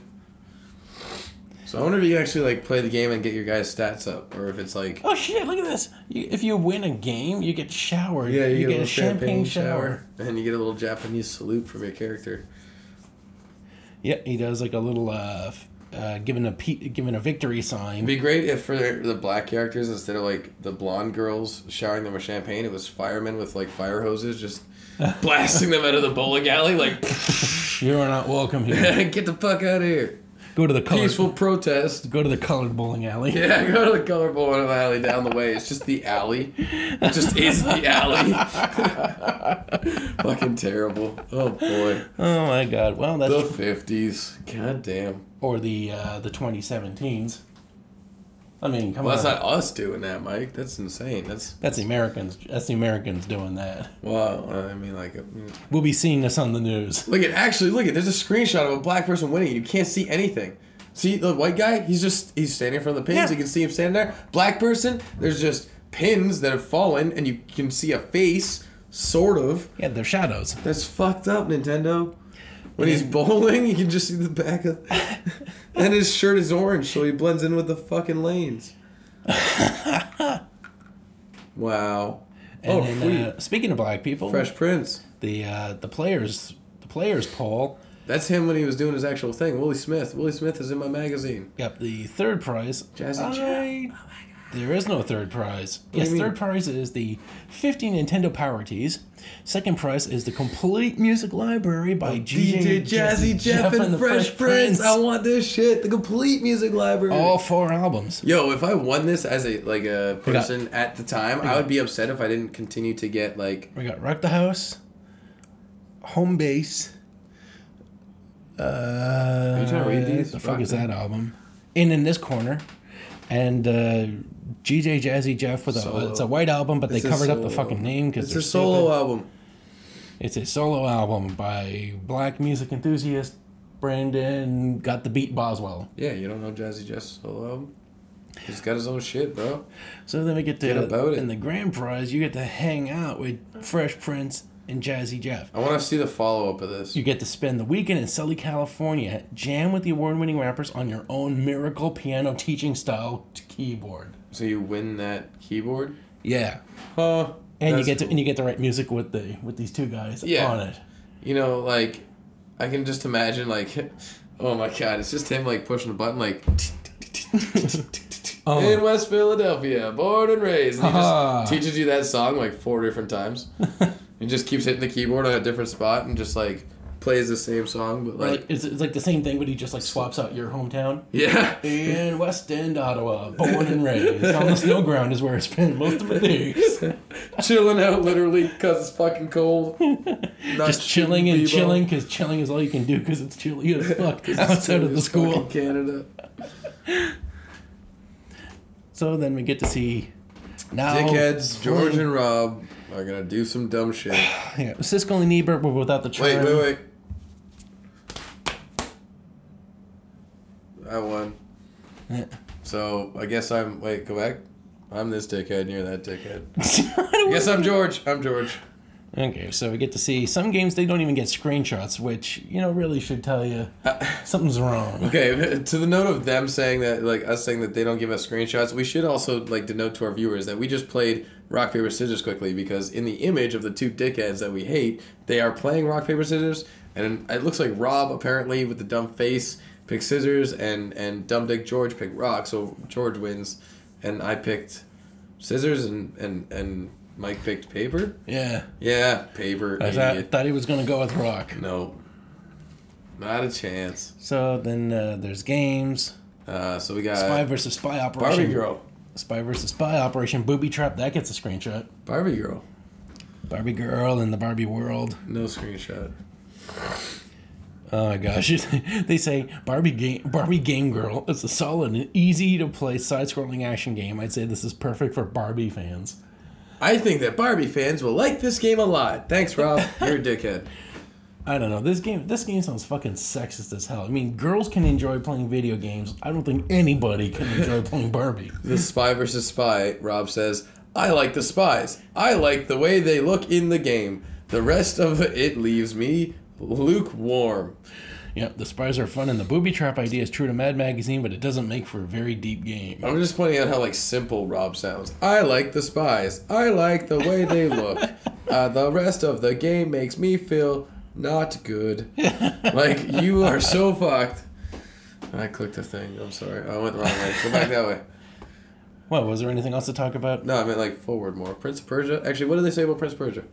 A: So I wonder if you can actually like play the game and get your guys' stats up, or if it's like
B: Oh shit! Look at this. You, if you win a game, you get showered. you, get, a champagne, shower.
A: and you get a little Japanese salute from your character.
B: Yeah, he does like a little uh, f- uh giving a pe- giving a victory sign.
A: It'd be great if for the black characters, instead of like the blonde girls showering them with champagne, it was firemen with like fire hoses just blasting them out of the bowling alley. Like,
B: You are not welcome here.
A: get the fuck out of here.
B: Go to the colored,
A: Peaceful protest.
B: Go to the colored bowling alley.
A: Yeah, go to the color bowling alley down the way. It's just the alley. It just is the alley. Fucking terrible. Oh boy.
B: Oh my god. Well, that's
A: The 50s. God damn.
B: or the uh, the 2017s. I mean, come
A: Well,
B: on.
A: that's not us doing that, Mike. That's insane. That's,
B: that's the Americans. That's the Americans doing that.
A: wow. I mean, like,
B: We'll be seeing this on the news.
A: Look at actually look at there's a screenshot of a black person winning. You can't see anything. See the white guy? He's just he's standing in front of the pins.
B: Yeah.
A: You can see him standing there. Black person, there's just pins that have fallen, and you can see a face, sort of.
B: Yeah, they're shadows.
A: That's fucked up, Nintendo. When he's bowling, you can just see the back of. and his shirt is orange, so he blends in with the fucking lanes. wow.
B: And
A: oh,
B: then,
A: sweet.
B: uh, speaking of black people,
A: Fresh Prince.
B: the uh, the players the players poll
A: That's him when he was doing his actual thing. Willie Smith. Willie Smith is in my magazine.
B: Yep, the third prize.
A: Jazzy Oh
B: I- There is no third prize.
A: do
B: yes,
A: you mean?
B: third prize is the 50 Nintendo Power Tees. Second prize is the complete music library by
A: DJ
B: GJ
A: Jazzy Jeff and the Fresh Prince. I want this shit. The complete music library.
B: All four albums.
A: Yo, if I won this as a like a person at the time, I would be upset if I didn't continue to get like
B: We got Rock the House, Home Base. Uh, Are
A: you trying to read these?
B: Uh, The fuck
A: Rock
B: is
A: the-
B: that album? And in this corner, and uh, GJ Jazzy Jeff with a
A: Solo.
B: it's a white album, but
A: It's
B: they
A: a
B: covered up the
A: solo
B: fucking
A: album.
B: name because
A: it's a solo album.
B: It's a solo album by black music enthusiast Brandon Got the Beat Boswell.
A: Yeah, you don't know Jazzy Jeff's solo album. He's got his own shit, bro.
B: So then we get to
A: Get about it.
B: in the grand prize, you get to hang out with Fresh Prince and Jazzy Jeff.
A: I want to see the follow up of this.
B: You get to spend the weekend in Sully, California, jam with the award-winning rappers on your own miracle piano teaching style t- keyboard.
A: So you win that keyboard,
B: Yeah,
A: huh?
B: and
A: That's
B: you get to
A: cool.
B: and you get to write music with the with these two guys
A: Yeah.
B: on it.
A: you know, like, I can just imagine, like, oh my god, it's just him, like, pushing a button, like,
B: Oh.
A: in West Philadelphia, born and raised. And he
B: Ah.
A: just teaches you that song, like, four different times. and just keeps hitting the keyboard on a different spot and just, like, plays the same song, but,
B: Like,
A: like,
B: it's, it's like the same thing, but he just like swaps out your hometown.
A: yeah.
B: In West End, Ottawa, born and raised on the snow ground is where I spend most of my days.
A: chilling out, literally, because it's fucking cold. Not
B: Just chilling and
A: shooting b-ball.
B: chilling because chilling is all you can do because it's chilly as fuck outside of
A: Fucking
B: the school.
A: Canada.
B: So then we get to see now
A: Dickheads, George and Rob are gonna do some dumb shit.
B: Yeah, Siskel and Ebert were without the
A: Wait,
B: charm.
A: wait, wait. I won.
B: wait.
A: So I guess I'm. Wait, go back. I'm this dickhead, and you're that dickhead.
B: How do we-
A: Yes, I'm George. I'm George.
B: Okay, so we get to see some games they don't even get screenshots, which you know really should tell you
A: Uh,
B: something's wrong.
A: Okay, to the note of them saying that, like us saying that they don't give us screenshots, we should also like denote to our viewers that we just played rock paper scissors quickly because in the image of the two dickheads that we hate, they are playing rock paper scissors, and it looks like Rob apparently with the dumb face picked scissors, and and dumb dick George picked rock, so George wins, and I picked scissors, and and and Mike picked paper.
B: Yeah,
A: Yeah, paper.
B: I
A: idiot.
B: thought, thought he was gonna go with Rock.
A: No, not a chance.
B: So then uh, there's games
A: Uh, so we got
B: Spy versus Spy Operation.
A: Barbie Girl.
B: Spy versus Spy Operation Booby Trap that gets a screenshot.
A: Barbie Girl.
B: Barbie Girl in the Barbie World.
A: No screenshot.
B: Oh my gosh, they say Barbie Game Barbie Game Girl. It's a solid and easy to play side-scrolling action game. I'd say this is perfect for Barbie fans.
A: I think that Barbie fans will like this game a lot. Thanks, Rob. You're a dickhead.
B: I don't know. This game this game sounds fucking sexist as hell. I mean, girls can enjoy playing video games. I don't think anybody can enjoy playing Barbie.
A: The spy versus spy, Rob says, I like the spies. I like the way they look in the game. The rest of it leaves me lukewarm.
B: Yep, the spies are fun and the booby trap idea is true to Mad Magazine, but it doesn't make for a very deep game.
A: I'm just pointing out how like simple Rob sounds. I like the spies. I like the way they look. Uh, the rest of the game makes me feel not good. Like you are so fucked. I clicked a thing. I'm sorry. I went the wrong way. Go back that way.
B: What, was there anything else to talk about?
A: No, I meant like forward more. Prince of Persia. Actually, what do they say about Prince of Persia?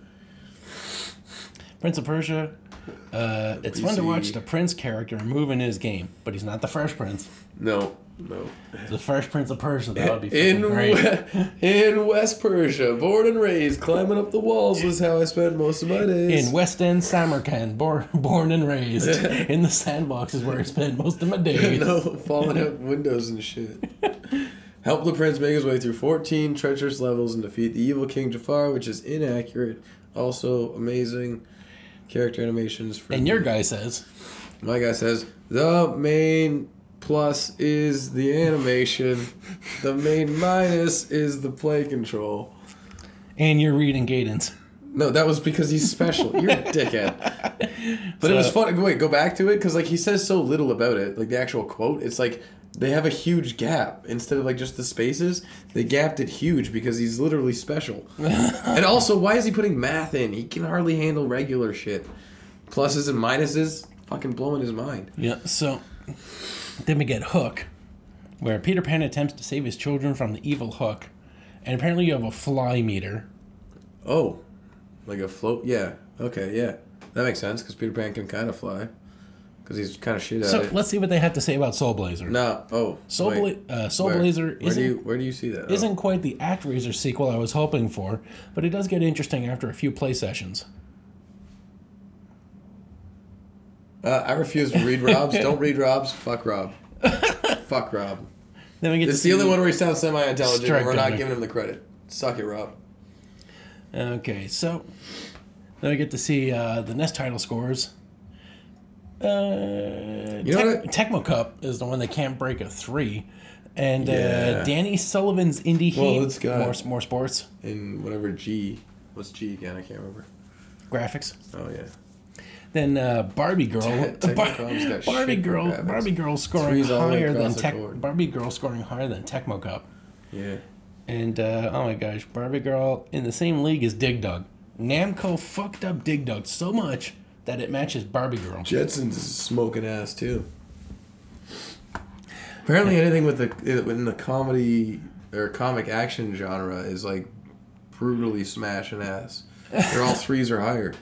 B: Prince of Persia. Uh, it's fun to watch the Prince character move in his game, but he's not the Fresh Prince.
A: No, no.
B: The Fresh Prince of Persia, that would be fucking
A: In
B: great.
A: we- in West Persia, born and raised, climbing up the walls was how I spent most of my days.
B: In West End, Samarkand, born, born and raised. In the sandbox is where I spend most of my days.
A: no, falling out windows and shit. Help the prince make his way through 14 treacherous levels and defeat the evil King Jafar, which is inaccurate. Also, amazing character animations. For
B: And your guy says,
A: My guy says the main plus is the animation, the main minus is the play control.
B: and you're reading Gaydens.
A: No, that was because he's special. You're a dickhead. But it was
B: So-
A: fun. Wait, go back to it because like he says so little about it. Like the actual quote, it's like they have a huge gap instead of like just the spaces. They gapped it huge because he's literally special. and also, why is he putting math in? He can hardly handle regular shit. Pluses and minuses. fucking blowing his mind.
B: Yeah, so then we get Hook, where Peter Pan attempts to save his children from the evil Hook, and apparently you have a fly meter.
A: Oh, like a float? Yeah. Okay. Yeah, that makes sense because Peter Pan can kind of fly, because he's kind of shit at
B: So
A: it.
B: let's see what they had to say about Soul Blazer.
A: Uh, No. Oh.
B: Soul,
A: wait.
B: Bla- uh, Soul
A: Where?
B: Blazer
A: Where do
B: isn't,
A: you Where do you see that? Oh.
B: isn't quite the ActRaiser sequel I was hoping for, but it does get interesting after a few play sessions.
A: Uh, I refuse to read Rob's. Don't read Rob's. Fuck Rob. Fuck Rob.
B: Then we get
A: It's
B: to
A: the only
B: see-
A: one where he sounds semi-intelligent.
B: Strike
A: and We're not
B: Gunner.
A: giving him the credit. Suck it, Rob.
B: Okay, so then we get to see uh, the NES title scores. Uh, you
A: know what I-
B: Tecmo Cup is the one that can't break a three, and
A: Yeah.
B: uh, Danny Sullivan's Indie
A: Well,
B: Heat.
A: it's got-
B: more more sports
A: In whatever G. What's G again? I can't remember.
B: graphics.
A: Oh yeah.
B: Then uh, Barbie Girl, the
A: Tecmo
B: Bar-
A: Cup's got
B: Barbie
A: shit for
B: Girl,
A: graphics.
B: Barbie Girl scoring
A: Threes all the way
B: higher than
A: across the
B: Tec-
A: board.
B: Barbie Girl scoring higher than Tecmo Cup,
A: Yeah.
B: and uh, oh my gosh, Barbie Girl in the same league as Dig Dug. Namco fucked up Dig Dug so much that it matches Barbie Girl.
A: Jetsons is smoking ass too. Apparently, anything with the in the comedy or comic action genre is like brutally smashing ass. They're all threes or higher.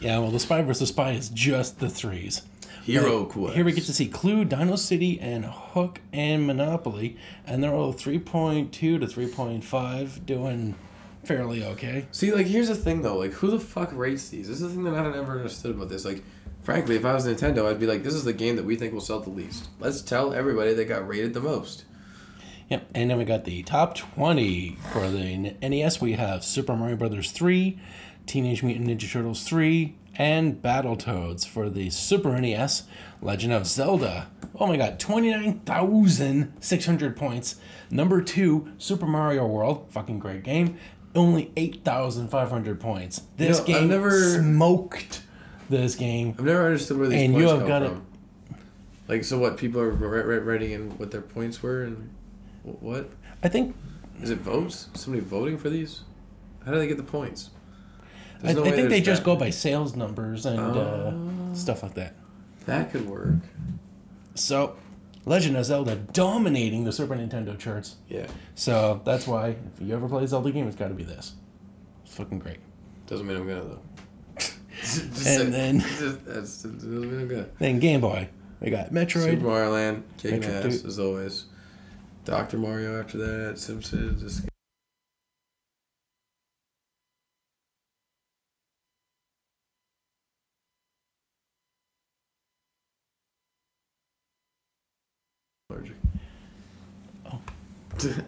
B: Yeah, well, the Spy vs. Spy is just the threes.
A: Hero Quest.
B: Here we get to see Clue, Dino City, and Hook and Monopoly, and they're all 3.2 to 3.5, doing fairly okay.
A: See, like, here's the thing though. Like, who the fuck rates these? This is the thing that I don't ever understood about this. Like, frankly, if I was Nintendo, I'd be like, this is the game that we think will sell the least. Let's tell everybody that got rated the most.
B: Yep, and then we got the top 20 for the NES. We have Super Mario Brothers 3, Teenage Mutant Ninja Turtles 3, and Battletoads for the Super NES. Legend of Zelda. Oh my god, 29,600 points. Number 2, Super Mario World. Fucking great game. Only 8,500 points. This
A: know, I've
B: game
A: never-
B: smoked this game.
A: I've never understood where these
B: And
A: points
B: you have
A: come
B: got it-
A: from. Like, so what? People are ri- ri- writing in what their points were and wh- what?
B: I think
A: Is it votes? Somebody voting for these? How do they get the points?
B: I,
A: There's no
B: I
A: way
B: think
A: there's
B: they
A: Oh.
B: just
A: that.
B: go by sales numbers and uh, stuff like that.
A: That could work.
B: So, Legend of Zelda dominating the Super Nintendo charts.
A: Yeah.
B: So that's why if you ever play a Zelda game, it's got to be this. It's fucking great.
A: Doesn't mean I'm gonna though. and
B: then-
A: just, that's, that doesn't mean I'm gonna.
B: Then Game Boy, we got Metroid.
A: Super Mario Land, kicking
B: Metro
A: ass
B: two.
A: as always. Doctor Mario after that, Simpsons. Just... Allergic.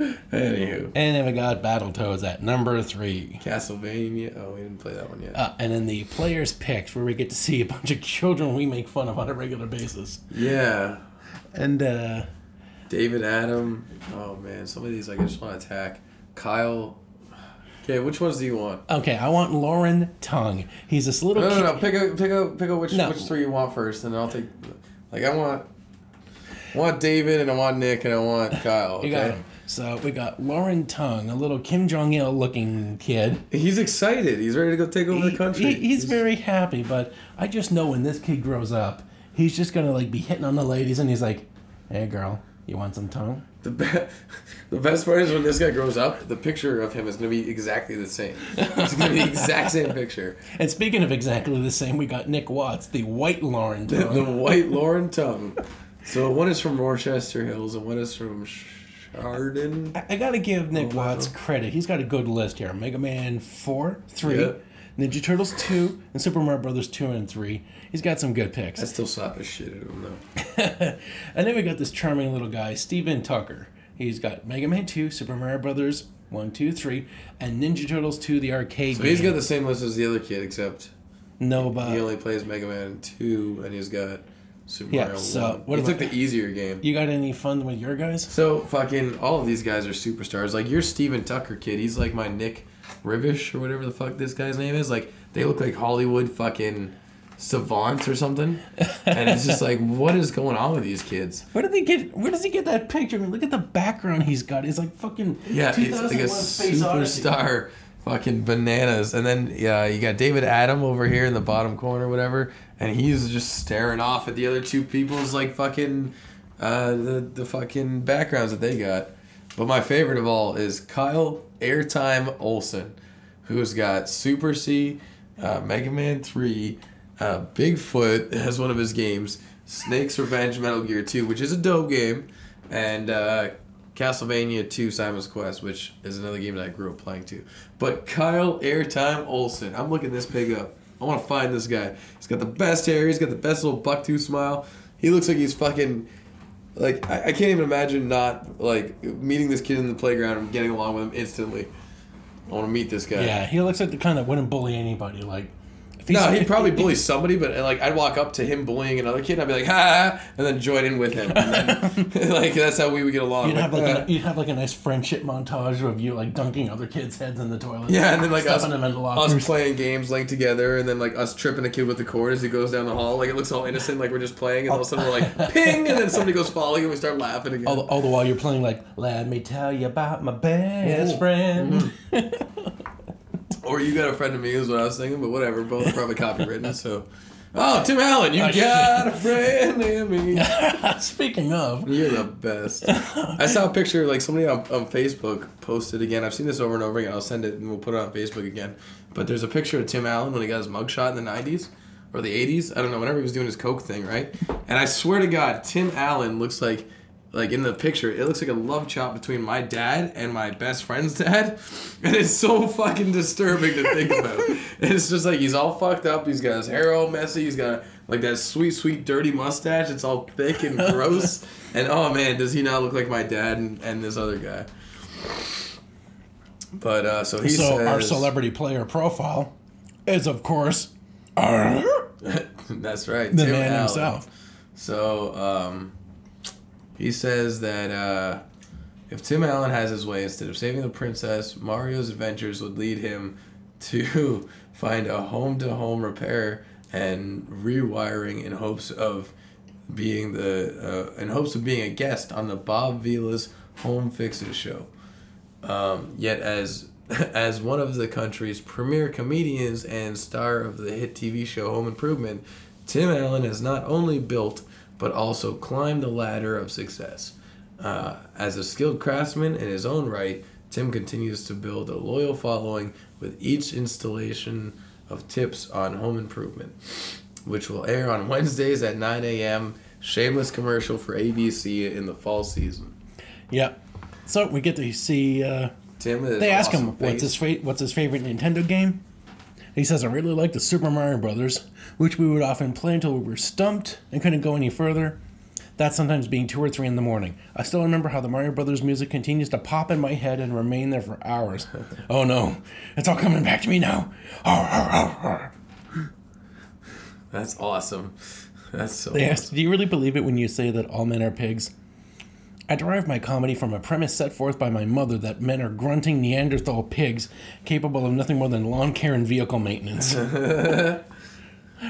A: Anywho,
B: And then we got Battletoads at number three.
A: Castlevania. Oh, we didn't play that one yet.
B: Uh, and then the players picked, where we get to see a bunch of children we make fun of on a regular basis.
A: yeah,
B: And uh,
A: David Adam. Oh man, some of these like I just want to attack. Kyle. Okay, which ones do you want?
B: okay, I want Lauren Tongue. He's this little
A: No,
B: kid.
A: no, no. Pick a pick a pick a which
B: No.
A: which three you want first, and I'll take. Like I want, I want David and I want Nick and I want Kyle. Okay.
B: You got him. So we got Lauren Tongue, a little Kim Jong Il looking kid.
A: He's excited. He's ready to go take over
B: He-
A: the country.
B: he- he's very happy, but I just know when this kid grows up, he's just gonna like be hitting on the ladies, and he's like, "Hey, girl, you want some tongue?"
A: the best. The best part is when this guy grows up, the picture of him is gonna be exactly the same. It's gonna be the exact same picture.
B: And speaking of exactly the same, we got Nick Watts, the white Lauren Tongue.
A: The white Lauren tongue. So one is from Rochester Hills and one is from Chardon.
B: I- I gotta give Nick Watts credit. He's got a good list here: Mega Man Four, Three,
A: Yeah.
B: Ninja Turtles Two, and Super Mario Brothers Two and Three. He's got some good picks.
A: I still slap the shit out of him though.
B: And then we got this charming little guy, Steven Tucker. He's got Mega Man 2, Super Mario Brothers 1, 2, 3, and Ninja Turtles 2, the arcade
A: But
B: game.
A: he's got the same list as the other kid, except
B: no,
A: he
B: but
A: only plays Mega Man Two, and he's got Super
B: Yeah,
A: Mario
B: so
A: One.
B: what
A: he took
B: about-
A: the easier game.
B: you got any fun with your guys?
A: So fucking all of these guys are superstars. Like your Steven Tucker kid, he's like my Nick Rivish or whatever the fuck this guy's name is. Like they look like Hollywood fucking savants or something. And it's just like, what is going on with these kids?
B: Where did they get? Where does he get that picture? I mean, look at the background he's got. It's like fucking
A: Yeah, he's like a
B: 2001 Space Odyssey.
A: superstar Fucking bananas. And then yeah, you got David Adam over here in the bottom corner, whatever, and he's just staring off at the other two people's like fucking uh, the the fucking backgrounds that they got. But my favorite of all is Kyle Airtime Olsen, who's got Super C, uh, Mega Man Three, uh, Bigfoot as one of his games, Snake's Revenge, Metal Gear Two, which is a dope game, and uh, Castlevania Two, Simon's Quest, which is another game that I grew up playing too. But Kyle Airtime Olsen, I'm looking this pig up. I want to find this guy. He's got the best hair. He's got the best little bucktooth smile. He looks like he's fucking like I, I can't even imagine not like meeting this kid in the playground and getting along with him instantly. I want to meet this guy.
B: Yeah, he looks like the kind that wouldn't bully anybody. Like, if he's-
A: No, he'd
B: if-
A: probably
B: if-
A: bully somebody, but like I'd walk up to him bullying another kid, and I'd be like, "Ha!" and then join in with him. And then, like that's how we would get along.
B: You'd
A: Like,
B: have like
A: "Ah."
B: a, you'd have like a nice friendship montage of you like dunking other kids' heads in the toilet.
A: yeah, and then like us,
B: stuffing them in the locker
A: us playing games linked together, and then like us tripping a kid with the cord as he goes down the hall. Like it looks all innocent, like we're just playing, and all of a sudden we're like ping, and then somebody goes falling, and we start laughing again.
B: All, all the while you're playing like, let me tell you about my best
A: Ooh.
B: friend.
A: Or you got a friend of me is what I was thinking, but whatever. Both are probably copywritten. So, oh Tim Allen, you
B: Oh, shit.
A: got a friend in me.
B: Speaking of,
A: You're the best. I saw a picture like somebody on, on Facebook posted again. I've seen this over and over again. I'll send it and we'll put it on Facebook again. But there's a picture of Tim Allen when he got his mugshot in the '90s or the '80s. I don't know. Whenever he was doing his coke thing, right? And I swear to God, Tim Allen looks like. Like in the picture, it looks like a love chop between my dad and my best friend's dad, and it's so fucking disturbing to think about. It's just like he's all fucked up. He's got his hair all messy. He's got like that sweet, sweet, dirty mustache. It's all thick and gross. and oh man, does he not look like my dad and, and this other guy? But uh, so he
B: so
A: says,
B: our celebrity player profile is of course our,
A: that's right,
B: the
A: Tim
B: man
A: Allen.
B: himself.
A: So um, he says that uh, if Tim Allen has his way, instead of saving the princess, Mario's adventures would lead him to find a home to home repair and rewiring in hopes of being the uh, in hopes of being a guest on the Bob Vila's Home Fixes show. Um, yet as as one of the country's premier comedians and star of the hit TV show Home Improvement, Tim Allen has not only built but also climbed the ladder of success. Uh, as a skilled craftsman in his own right, Tim continues to build a loyal following with each installation of tips on home improvement, which will air on Wednesdays at 9 a.m. Shameless commercial for ABC in the fall season.
B: Yeah. So we get to see. Uh,
A: Tim is
B: they ask
A: awesome
B: him what's
A: face.
B: his fa- what's his favorite Nintendo game. He says, "I really like the Super Mario Brothers, which we would often play until we were stumped and couldn't go any further. That sometimes being two or three in the morning. I still remember how the Mario Brothers music continues to pop in my head and remain there for hours. oh no, it's all coming back to me now. Arr, arr, arr, arr.
A: That's awesome. That's so.
B: They asked, Do you really believe it when you say that all men are pigs? I derive my comedy from a premise set forth by my mother that men are grunting Neanderthal pigs capable of nothing more than lawn care and vehicle maintenance.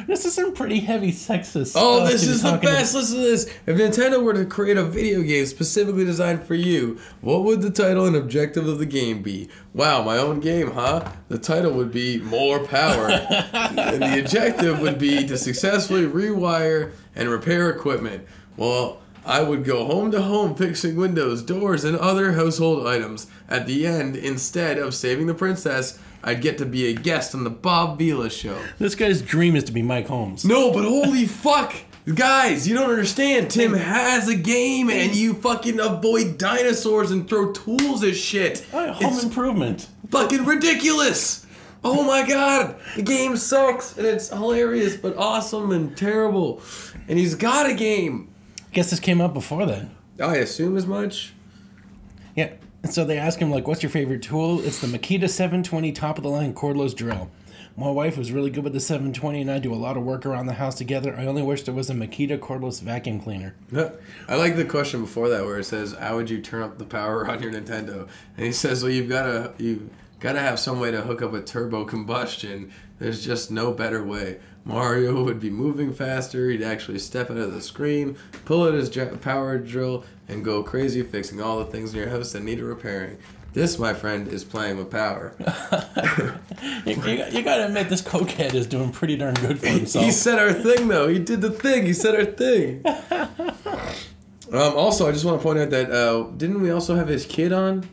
B: this is some pretty heavy sexist
A: Oh,
B: stuff
A: this
B: to be
A: is the
B: talking about.
A: best! Listen to this. If Nintendo were to create a video game specifically designed for you, what would the title and objective of the game be? Wow, my own game, huh? The title would be More Power, and the objective would be to successfully rewire and repair equipment. Well, I would go home to home fixing windows, doors, and other household items. At the end, instead of saving the princess, I'd get to be a guest on the Bob Vila show.
B: This guy's dream is to be Mike Holmes.
A: No, but holy fuck! Guys, you don't understand. Tim has a game and you fucking avoid dinosaurs and throw tools at shit.
B: Oh, Home
A: It's
B: improvement.
A: fucking ridiculous! Oh my god! The game sucks and it's hilarious but awesome and terrible. And he's got a game!
B: Guess this came up before then.
A: I assume as much.
B: Yeah. And so they ask him, like, what's your favorite tool? It's the Makita 720 top of the line cordless drill. My wife was really good with the 720, and I do a lot of work around the house together. I only wish there was a Makita cordless vacuum cleaner.
A: I like the question before that where it says, "How would you turn up the power on your Nintendo?" And he says, "Well, you've got to you Gotta have some way to hook up with turbo combustion. There's just no better way. Mario would be moving faster. He'd actually step out of the screen, pull out his dr- power drill, and go crazy fixing all the things in your house that need repairing. This, my friend, is playing with power.
B: You, you, you gotta admit, this cokehead is doing pretty darn good for
A: He
B: himself.
A: said our thing though. He did the thing. He said our thing. um, also, I just want to point out that uh, didn't we also have his kid on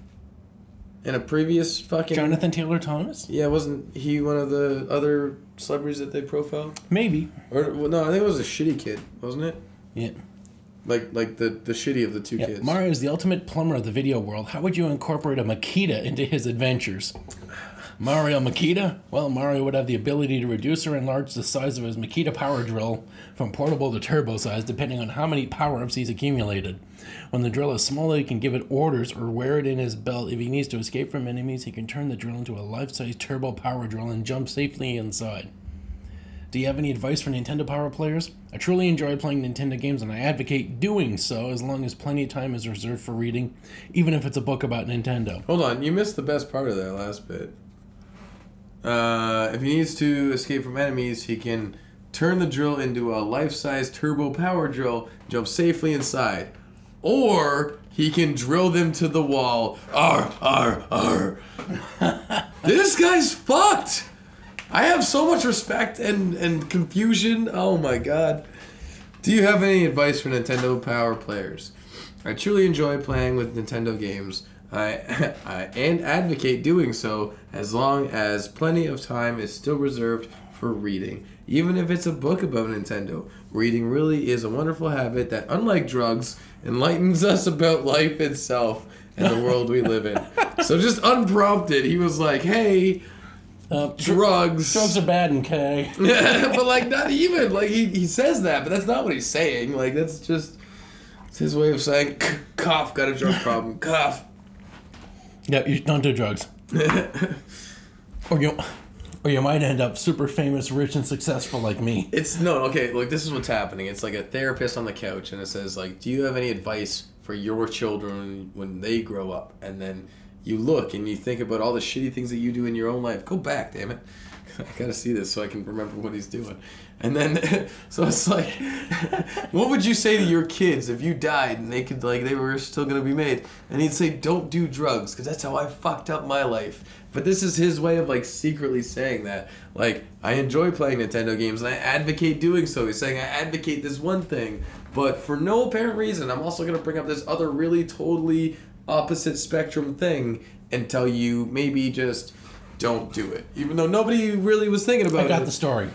A: in a previous fucking?
B: Jonathan Taylor Thomas?
A: Yeah, wasn't he one of the other celebrities that they profiled?
B: Maybe.
A: Or well, no, I think it was a shitty kid, wasn't it?
B: Yeah.
A: Like like the the shitty of the two
B: yeah.
A: kids.
B: Mario is the ultimate plumber of the video world. How would you incorporate a Makita into his adventures? Mario Makita? Well, Mario would have the ability to reduce or enlarge the size of his Makita power drill from portable to turbo size, depending on how many power ups he's accumulated. When the drill is smaller, he can give it orders or wear it in his belt. If he needs to escape from enemies, he can turn the drill into a life size turbo power drill and jump safely inside. Do you have any advice for Nintendo Power players? I truly enjoy playing Nintendo games and I advocate doing so as long as plenty of time is reserved for reading, even if it's a book about Nintendo.
A: Hold on, you missed the best part of that last bit. Uh, if he needs to escape from enemies, he can turn the drill into a life-size turbo power drill, jump safely inside, or he can drill them to the wall. R R R. This guy's fucked. I have so much respect and and confusion. Oh my god. Do you have any advice for Nintendo Power players? I truly enjoy playing with Nintendo games. I, I and advocate doing so as long as plenty of time is still reserved for reading, even if it's a book about Nintendo. Reading really is a wonderful habit that, unlike drugs, enlightens us about life itself and the world we live in. So just unprompted, he was like, "Hey,
B: Uh,
A: drugs."
B: drugs are bad in K.
A: but like not even like he, he says that but that's not what he's saying like that's just it's his way of saying "C- cough got a drug problem cough
B: yeah, you don't do drugs. or you or you might end up super famous, rich and successful like me.
A: it's no okay look this is what's happening it's like a therapist on the couch and it says like do you have any advice for your children when they grow up and then you look and you think about all the shitty things that you do in your own life go back damn it I gotta see this so I can remember what he's doing. And then, so it's like, what would you say to your kids if you died and they could, like, they were still gonna be made? And he'd say, don't do drugs, because that's how I fucked up my life. But this is his way of, like, secretly saying that. Like, I enjoy playing Nintendo games and I advocate doing so. He's saying, I advocate this one thing, but for no apparent reason, I'm also gonna bring up this other really totally opposite spectrum thing and tell you maybe just don't do it. Even though nobody really was thinking about
B: I got
A: it.
B: the story.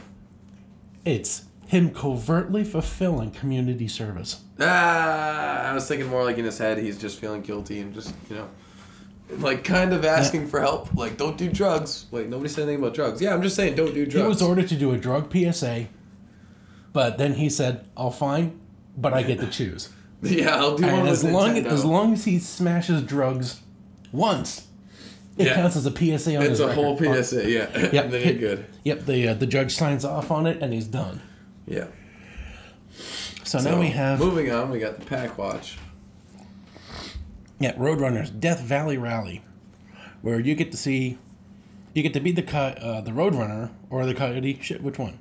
B: It's him covertly fulfilling community service.
A: Ah, I was thinking more like in his head, he's just feeling guilty and just, you know, like kind of asking for help. Like, don't do drugs. Wait, nobody said anything about drugs. Yeah, I'm just saying, don't do
B: He was
A: drugs.
B: ordered to do a drug PSA, but then he said, "I'll fine, but I get to choose."
A: yeah, I'll do one
B: And
A: with
B: as long
A: Nintendo.
B: as long as he smashes drugs once, it
A: Yeah.
B: counts as a PSA on
A: it's
B: his
A: a
B: record.
A: whole
B: Oh,
A: PSA, yeah.
B: Yep.
A: and then you're good.
B: Yep. The uh, the judge signs off on it, and he's done.
A: Yeah.
B: So, now we have
A: Moving on, we got the pack watch.
B: yeah Roadrunners Death Valley Rally, where you get to see, you get to be the co- uh, the Roadrunner or the Coyote. Shit, which one?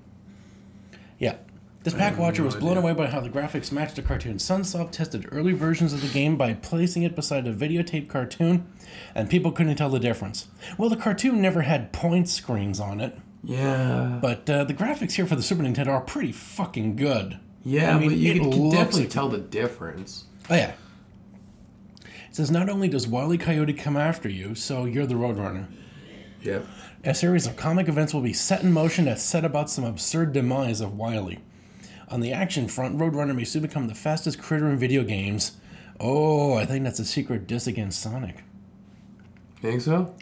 B: Yeah. This pack watcher was blown
A: idea.
B: away by how the graphics matched the cartoon. Sunsoft tested early versions of the game by placing it beside a videotape cartoon, and people couldn't tell the difference. Well, the cartoon never had point screens on it,
A: Yeah.
B: but uh, the graphics here for the Super Nintendo are pretty fucking good.
A: Yeah,
B: I mean,
A: but you
B: it
A: can, can
B: looks
A: definitely
B: like-
A: tell the difference.
B: Oh, yeah. It says not only does Wile E. Coyote come after you, so you're the Roadrunner.
A: Yep.
B: A series of comic events will be set in motion to set about some absurd demise of Wily. On the action front, Roadrunner may soon become the fastest critter in video games. Oh, I think that's a secret diss against Sonic.
A: Think so?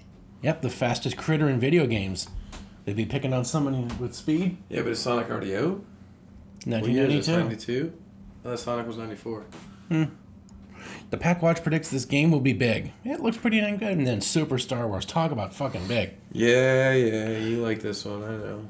B: Yep, the fastest critter in video games. They'd be picking on somebody with speed.
A: Yeah, but is Sonic already out? What year is this,
B: 1992.
A: 92? Uh, Sonic was 94.
B: The Pack Watch predicts this game will be big. It looks pretty dang good. And then Super Star Wars. Talk about fucking big.
A: Yeah, yeah, you like this one, I know.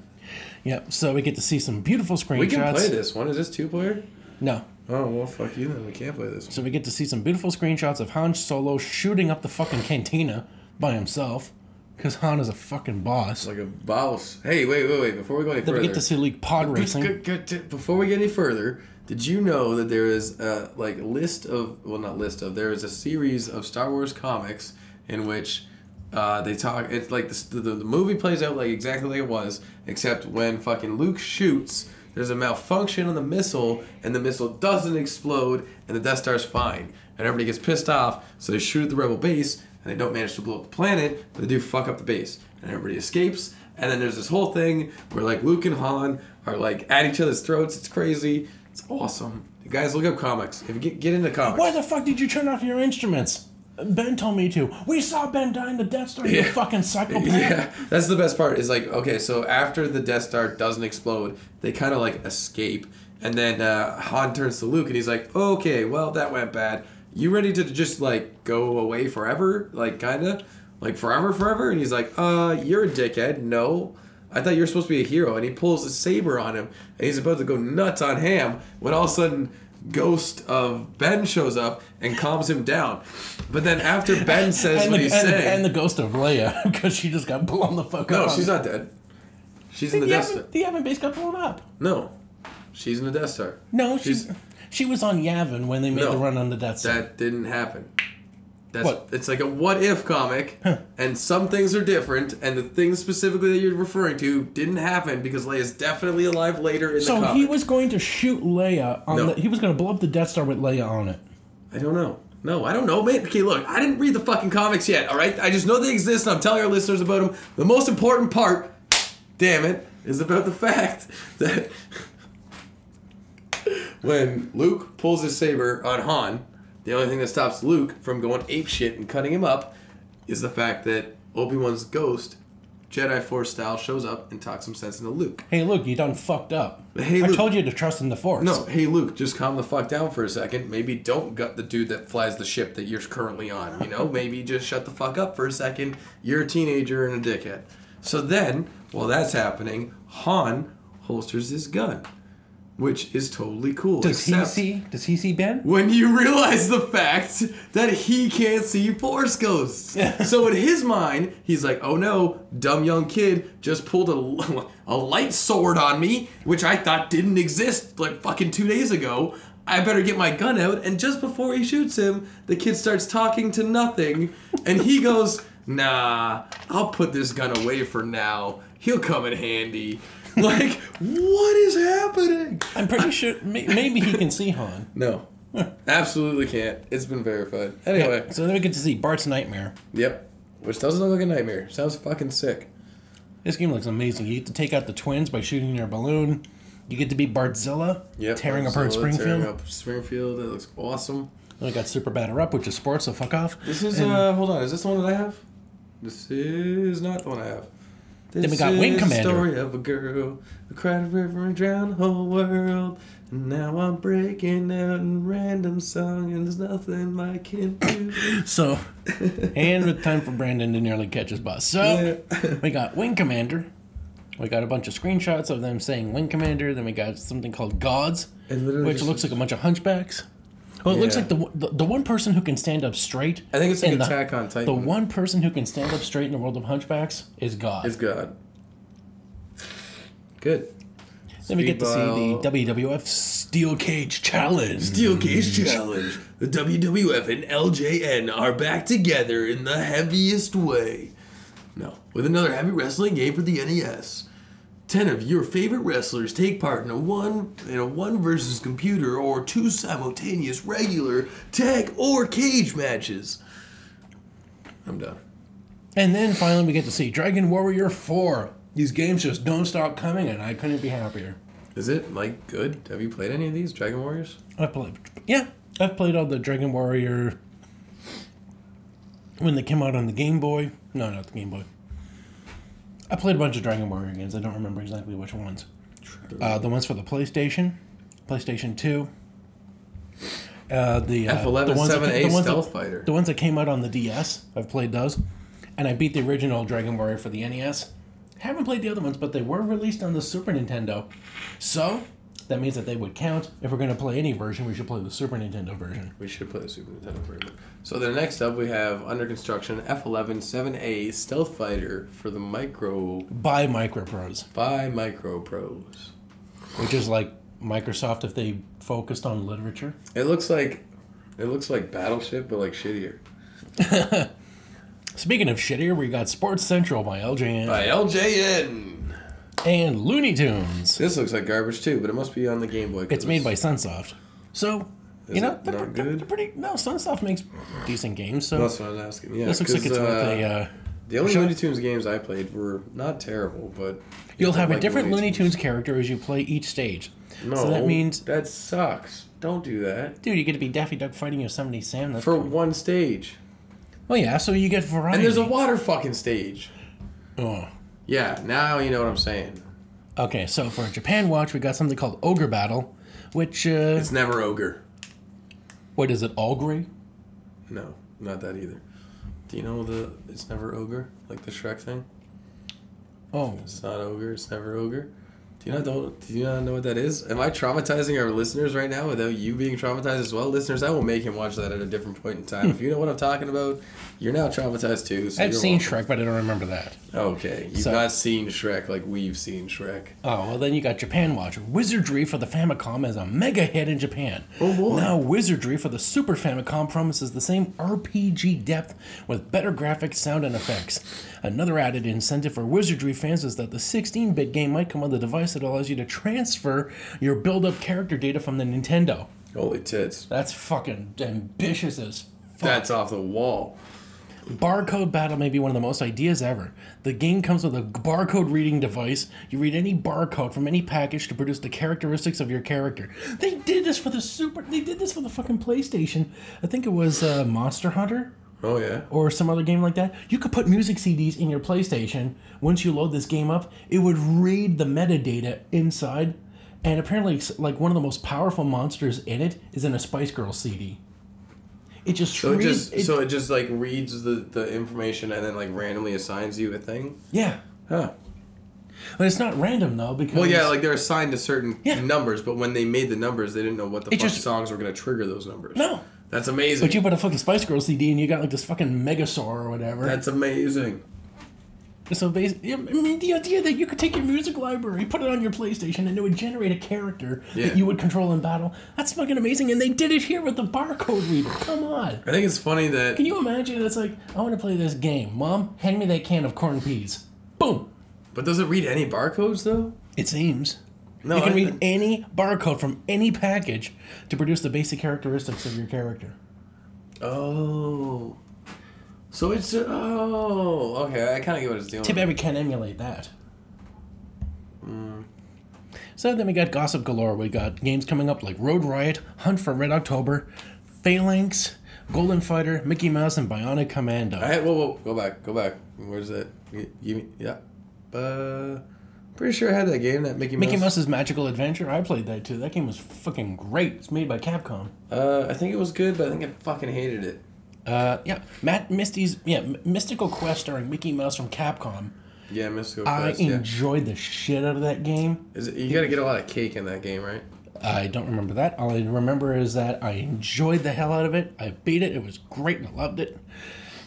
B: Yep, so we get to see some beautiful screenshots.
A: We can play this one. Is this two player?
B: No,
A: Oh, well, fuck you then. We can't play this one.
B: So we get to see some beautiful screenshots of Han Solo shooting up the fucking cantina by himself, Because Han is a fucking boss.
A: Like a boss. Hey, wait, wait, wait. Before we go any
B: then
A: further.
B: we get to see like pod racing.
A: Before we get any further, did you know that there is a like list of well not list of there is a series of Star Wars comics in which uh, they talk it's like the, the the movie plays out like exactly like it was except when fucking Luke shoots there's a malfunction on the missile and the missile doesn't explode and the Death Star's fine and everybody gets pissed off so they shoot at the rebel base and they don't manage to blow up the planet but they do fuck up the base and everybody escapes and then there's this whole thing where like Luke and Han are like at each other's throats. It's crazy. It's awesome. Guys, look up comics. If you get get into comics.
B: Why the fuck did you turn off your instruments? Ben told me to. We saw Ben die in the Death Star. You
A: Yeah.
B: fucking psychopath.
A: Yeah, that's the best part. Is like okay, so after the Death Star doesn't explode, they kind of like escape, and then uh, Han turns to Luke and he's like, "Okay, well that went bad. You ready to just like go away forever? Like kinda, like forever, forever?" And he's like, "Uh, you're a dickhead. No." I thought you were supposed to be a hero, and he pulls a saber on him, and he's about to go nuts on Ham when all of a sudden, Ghost of Ben shows up and calms him down. But then after Ben says
B: And
A: what
B: the,
A: he's
B: and,
A: saying,
B: and the ghost of Leia, because she just got blown the fuck
A: no,
B: up.
A: she's not dead. She's in
B: The,
A: the
B: the,
A: Death Star.
B: Yavin, the Yavin base got blown up.
A: No, she's in the Death Star.
B: No, she's,
A: She's-
B: she was on Yavin when they made
A: No.
B: the run on the Death Star.
A: That didn't happen. That's
B: What?
A: it's like a what if comic, and some things are different, and the things specifically that you're referring to didn't happen because Leia's definitely alive later in the
B: so
A: comic.
B: he was going to shoot Leia on
A: No.
B: the. He was going to blow up the Death Star with Leia on it.
A: I don't know. No, I don't know, man. Okay, look, I didn't read the fucking comics yet. All right, I just know they exist. and I'm telling our listeners about them. The most important part, damn it, is about the fact that when Luke pulls his saber on Han, the only thing that stops Luke from going ape shit and cutting him up is the fact that Obi Wan's ghost, Jedi Force style, shows up and talks some sense into Luke.
B: Hey, look, you done fucked up.
A: Hey,
B: I
A: Luke.
B: told you to trust in the Force.
A: No, hey Luke, just calm the fuck down for a second. Maybe don't gut the dude that flies the ship that you're currently on. You know, maybe just shut the fuck up for a second. You're a teenager and a dickhead. So then, while that's happening, Han holsters his gun, which is totally cool.
B: Does he
A: except
B: see? Does he see Ben?
A: When you realize the fact that he can't see force ghosts. so in his mind, he's like, oh no, dumb young kid just pulled a, a light sword on me, which I thought didn't exist like fucking two days ago. I better get my gun out. And just before he shoots him, the kid starts talking to nothing. And he goes, nah, I'll put this gun away for now. He'll come in handy. Like, what is happening?
B: I'm pretty sure. may- Maybe he can see Han.
A: No. Absolutely can't. It's been verified. Anyway.
B: So then we get to see Bart's nightmare.
A: Yep. Which doesn't look like a nightmare. Sounds fucking sick.
B: This game looks amazing. You get to take out the twins by shooting their balloon. You get to be Bartzilla,
A: Yep.
B: tearing
A: Godzilla
B: apart Springfield.
A: Tearing up Springfield. That looks awesome.
B: And I got Super Batter Up, which is sports, so fuck off.
A: This is
B: And
A: uh hold on, is this the one that I have? This is not the one I have. This
B: we got Wing
A: is
B: Commander.
A: The story of a girl who cried a river and drowned the whole world. And now I'm breaking out in random song, and there's nothing I can do.
B: so, and with time for Brandon to nearly catch his bus. So, we got Wing Commander. We got a bunch of screenshots of them saying Wing Commander. Then we got something called Gods,
A: It literally
B: which
A: just-
B: looks like a bunch of hunchbacks. Well, it looks
A: Yeah.
B: like the, w- the the one person who can stand up straight.
A: I think it's like
B: in the-
A: Attack on Titan.
B: The one person who can stand up straight in the world of hunchbacks is God.
A: is God. Good.
B: Then we get to see
A: Speedball.
B: the WWF Steel Cage Challenge.
A: Steel Cage Challenge. The WWF and LJN are back together in the heaviest way. No, with another heavy wrestling game for the NES. Ten of your favorite wrestlers take part in a one in a one versus computer or two simultaneous regular tag or cage matches. I'm done.
B: And then finally we get to see Dragon Warrior 4. These games just don't stop coming, and I couldn't be happier.
A: Is it like good? Have you played any of these Dragon Warriors?
B: I played, yeah, I've played all the Dragon Warrior when they came out on the Game Boy. No, not the Game Boy. I played a bunch of Dragon Warrior games. I don't remember exactly which ones. Uh, the ones for the PlayStation, PlayStation Two. Uh, the uh,
A: F eleven
B: the ones that
A: seven
B: ca-
A: A
B: the ones that-
A: Stealth Fighter.
B: The ones that came out on the DS, I've played those, and I beat the original Dragon Warrior for E the NES. Haven't played the other ones, but they were released on the Super Nintendo, so That means that they would count. If we're going to play any version, we should play the Super Nintendo version.
A: We should play the Super Nintendo version. So then next up we have under construction F11 7A Stealth Fighter for the Micro
B: By Microprose,
A: by Microprose.
B: which is like Microsoft if they focused on literature.
A: It looks like it looks like Battleship but like shittier.
B: Speaking of shittier, we got Sports Central by LJN
A: By LJN.
B: and Looney Tunes.
A: This looks like garbage too, but it must be on the Game Boy. 'cause
B: It's made by Sunsoft. So, you
A: Is
B: know,
A: it
B: they're,
A: not
B: they're-
A: good?
B: they're pretty. No, Sunsoft makes decent games, so
A: That's what I was asking. Yeah,
B: this looks like
A: 'cause,
B: it's
A: uh,
B: worth a. Uh,
A: the only
B: sure.
A: Looney Tunes games I played were not terrible, but
B: You'll have a
A: like
B: different Looney Tunes character as you play each stage.
A: No,
B: So that means,
A: that sucks. Don't do that
B: dude, you get to be Daffy Duck fighting Yosemite Sam. That's
A: for
B: cool.
A: one stage.
B: well, yeah. So you get variety.
A: And there's a water fucking stage.
B: Oh.
A: Yeah, now you know what I'm saying.
B: Okay, so for Japan Watch, we got something called Ogre Battle, which uh,
A: It's never ogre.
B: what is it? Ogre?
A: No, not that either. Do you know the it's never ogre like the Shrek thing?
B: Oh,
A: It's not ogre. It's never ogre. Do you not know? Do you not know what that is? Am I traumatizing our listeners right now without you being traumatized as well, listeners? I will make him watch that at a different point in time. if you know what I'm talking about, you're now traumatized too. So
B: I've
A: you're
B: seen
A: welcome.
B: Shrek, but I don't remember that.
A: Okay, you've
B: So-
A: not seen Shrek like we've seen Shrek.
B: Oh, well, then you got Japan Watch. Wizardry for the Famicom is a mega hit in Japan.
A: Oh, boy.
B: Now, Wizardry for the Super Famicom promises the same RPG depth with better graphics, sound, and effects. Another added incentive for Wizardry fans is that the 16 bit game might come on the device that allows you to transfer your build up character data from the Nintendo.
A: Holy tits!
B: That's fucking ambitious as fuck.
A: That's off the wall.
B: Barcode battle may be one of the most ideas ever. The game comes with a barcode reading device. You read any barcode from any package to produce the characteristics of your character. They did this for the super. They did this for the fucking PlayStation. I think it was uh, Monster Hunter
A: Oh yeah.
B: or some other game like that. You could put music CDs in your PlayStation. Once you load this game up, it would read the metadata inside. And apparently, it's like one of the most powerful monsters in it is in a Spice Girl CD. It just
A: So it
B: reads.
A: just
B: it-
A: so it just like reads the, the information and then like randomly assigns you a thing.
B: yeah.
A: Huh.
B: But it's not random though because
A: Well, yeah, like they're assigned to certain
B: Yeah.
A: numbers, but when they made the numbers, they didn't know what the
B: It
A: fuck
B: just-
A: songs were gonna trigger those numbers.
B: no.
A: That's amazing.
B: But you put a fucking Spice Girl CD and you got like this fucking Megasaur or whatever.
A: That's amazing.
B: so basically, I mean, the idea that you could take your music library, put it on your PlayStation, and it would generate a character
A: Yeah.
B: that you would control in battle. That's fucking amazing. And they did it here with the barcode reader. Come on.
A: I think it's funny that
B: Can you imagine? It's like I want to play this game. Mom, hand me that can of corned peas. Boom.
A: but does it read any barcodes though?
B: It seems.
A: No,
B: you can
A: Oh, I-
B: read any barcode from any package to produce the basic characteristics of your character.
A: Oh. So it's oh okay. I kind of get what it's doing.
B: Too bad we can't emulate that. Mm. So then we got Gossip Galore. We got games coming up like Road Riot, Hunt for Red October, Phalanx, Golden Fighter, Mickey Mouse, and Bionic Commando.
A: I had, whoa, whoa, go back, go back. Where's that? You, you- yeah. Uh, pretty sure I had that game, that Mickey Mouse.
B: Mickey Mouse's Magical Adventure. I played that too. That game was fucking great. It's made by Capcom.
A: Uh, I think it was good, but I think I fucking hated it.
B: Uh, yeah, Matt Misty's yeah M- Mystical Quest starring Mickey Mouse from Capcom.
A: Yeah, Mystical
B: I
A: Quest. Yeah.
B: enjoyed the shit out of that game.
A: Is it, you got to get a lot of cake in that game, right?
B: I don't remember that. All I remember is that I enjoyed the hell out of it. I beat it. It was great and I loved it.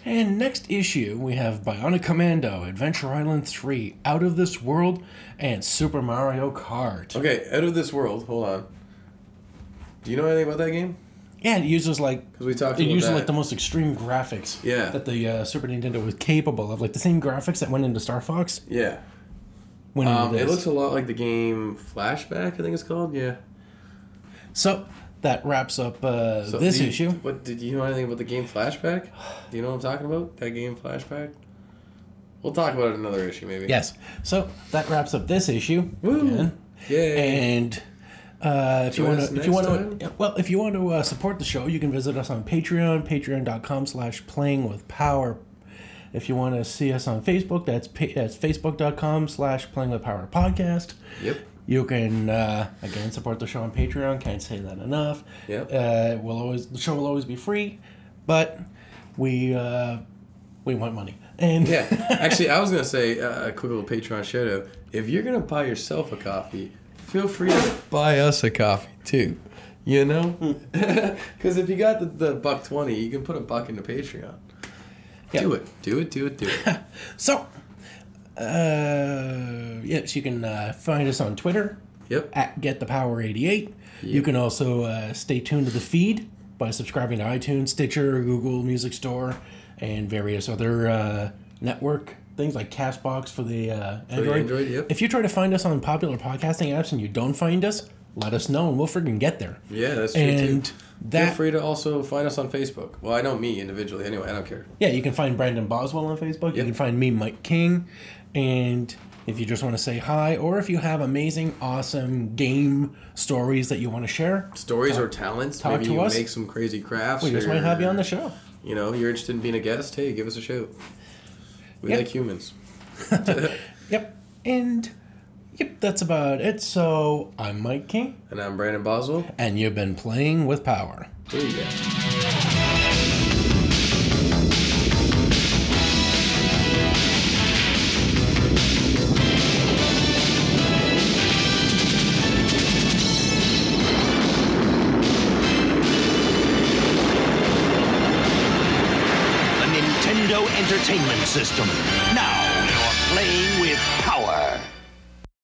B: And next issue, we have Bionic Commando, Adventure Island 3, Out of This World, and Super Mario Kart.
A: Okay, out of this world. Hold on. Do you know anything about that game?
B: Yeah, it uses like
A: Because we talked
B: it
A: about
B: uses
A: that.
B: like the most extreme graphics
A: Yeah.
B: that the uh, Super Nintendo was capable of, like the same graphics that went into Star Fox.
A: yeah.
B: Went
A: Um,
B: into this.
A: it looks a lot like the game Flashback. I think it's called. Yeah.
B: so that wraps up uh,
A: So
B: this
A: do you-
B: issue.
A: What did you know anything about the game Flashback? Do you know what I'm talking about? That game Flashback. We'll talk about it in another issue, maybe.
B: Yes. So that wraps up this issue.
A: Woo.
B: Again.
A: Yay.
B: And uh, if you
A: Join
B: want
A: us
B: to, if
A: next
B: you want
A: time.
B: to, well, if you want to uh, support the show, you can visit us on Patreon, Patreon.com/slash Playing with Power. If you want to see us on Facebook, that's pa- that's Facebook.com/slash Playing with Power Podcast.
A: Yep.
B: You can uh, again support the show on Patreon. Can't say that enough.
A: Yep.
B: Uh, we'll always the show will always be free, but we uh, we want money and
A: Yeah. Actually, I was gonna say uh, a quick little Patreon shout out. If you're gonna buy yourself a coffee, feel free to buy us a coffee too. You know,
B: Hmm.
A: because if you got the, the buck twenty, you can put a buck into Patreon.
B: Yeah.
A: Do it, do it, do it, do it.
B: So, uh, yes, you can uh, find us on Twitter
A: yep.
B: at Get the Power 88. You can also uh, stay tuned to the feed by subscribing to iTunes, Stitcher, Google Music Store, and various other uh, network things like Castbox for the uh, Android.
A: Android, yep.
B: If you try to find us on popular podcasting apps and you don't find us, let us know and we'll freaking get there.
A: Yeah, that's true
B: and
A: too. Feel
B: that,
A: free to also find us on Facebook. Well, I know me individually. Anyway, I don't care.
B: yeah, you can find Brandon Boswell on Facebook. You can find me, Mike King, and if you just want to say hi, or if you have amazing, awesome game stories that you want to share,
A: Stories or talents.
B: talk
A: Maybe
B: to
A: you
B: us.
A: make some crazy crafts.
B: we just might
A: or-
B: have you on the show.
A: You know, you're interested in being a guest. Hey, give us a shout. We
B: Yep.
A: like humans.
B: Yep. And yep, that's about it. So I'm Mike King,
A: And I'm Brandon Boswell.
B: and you've been playing with power.
A: Here you go.
C: the Nintendo Entertainment System. Now you're playing with power.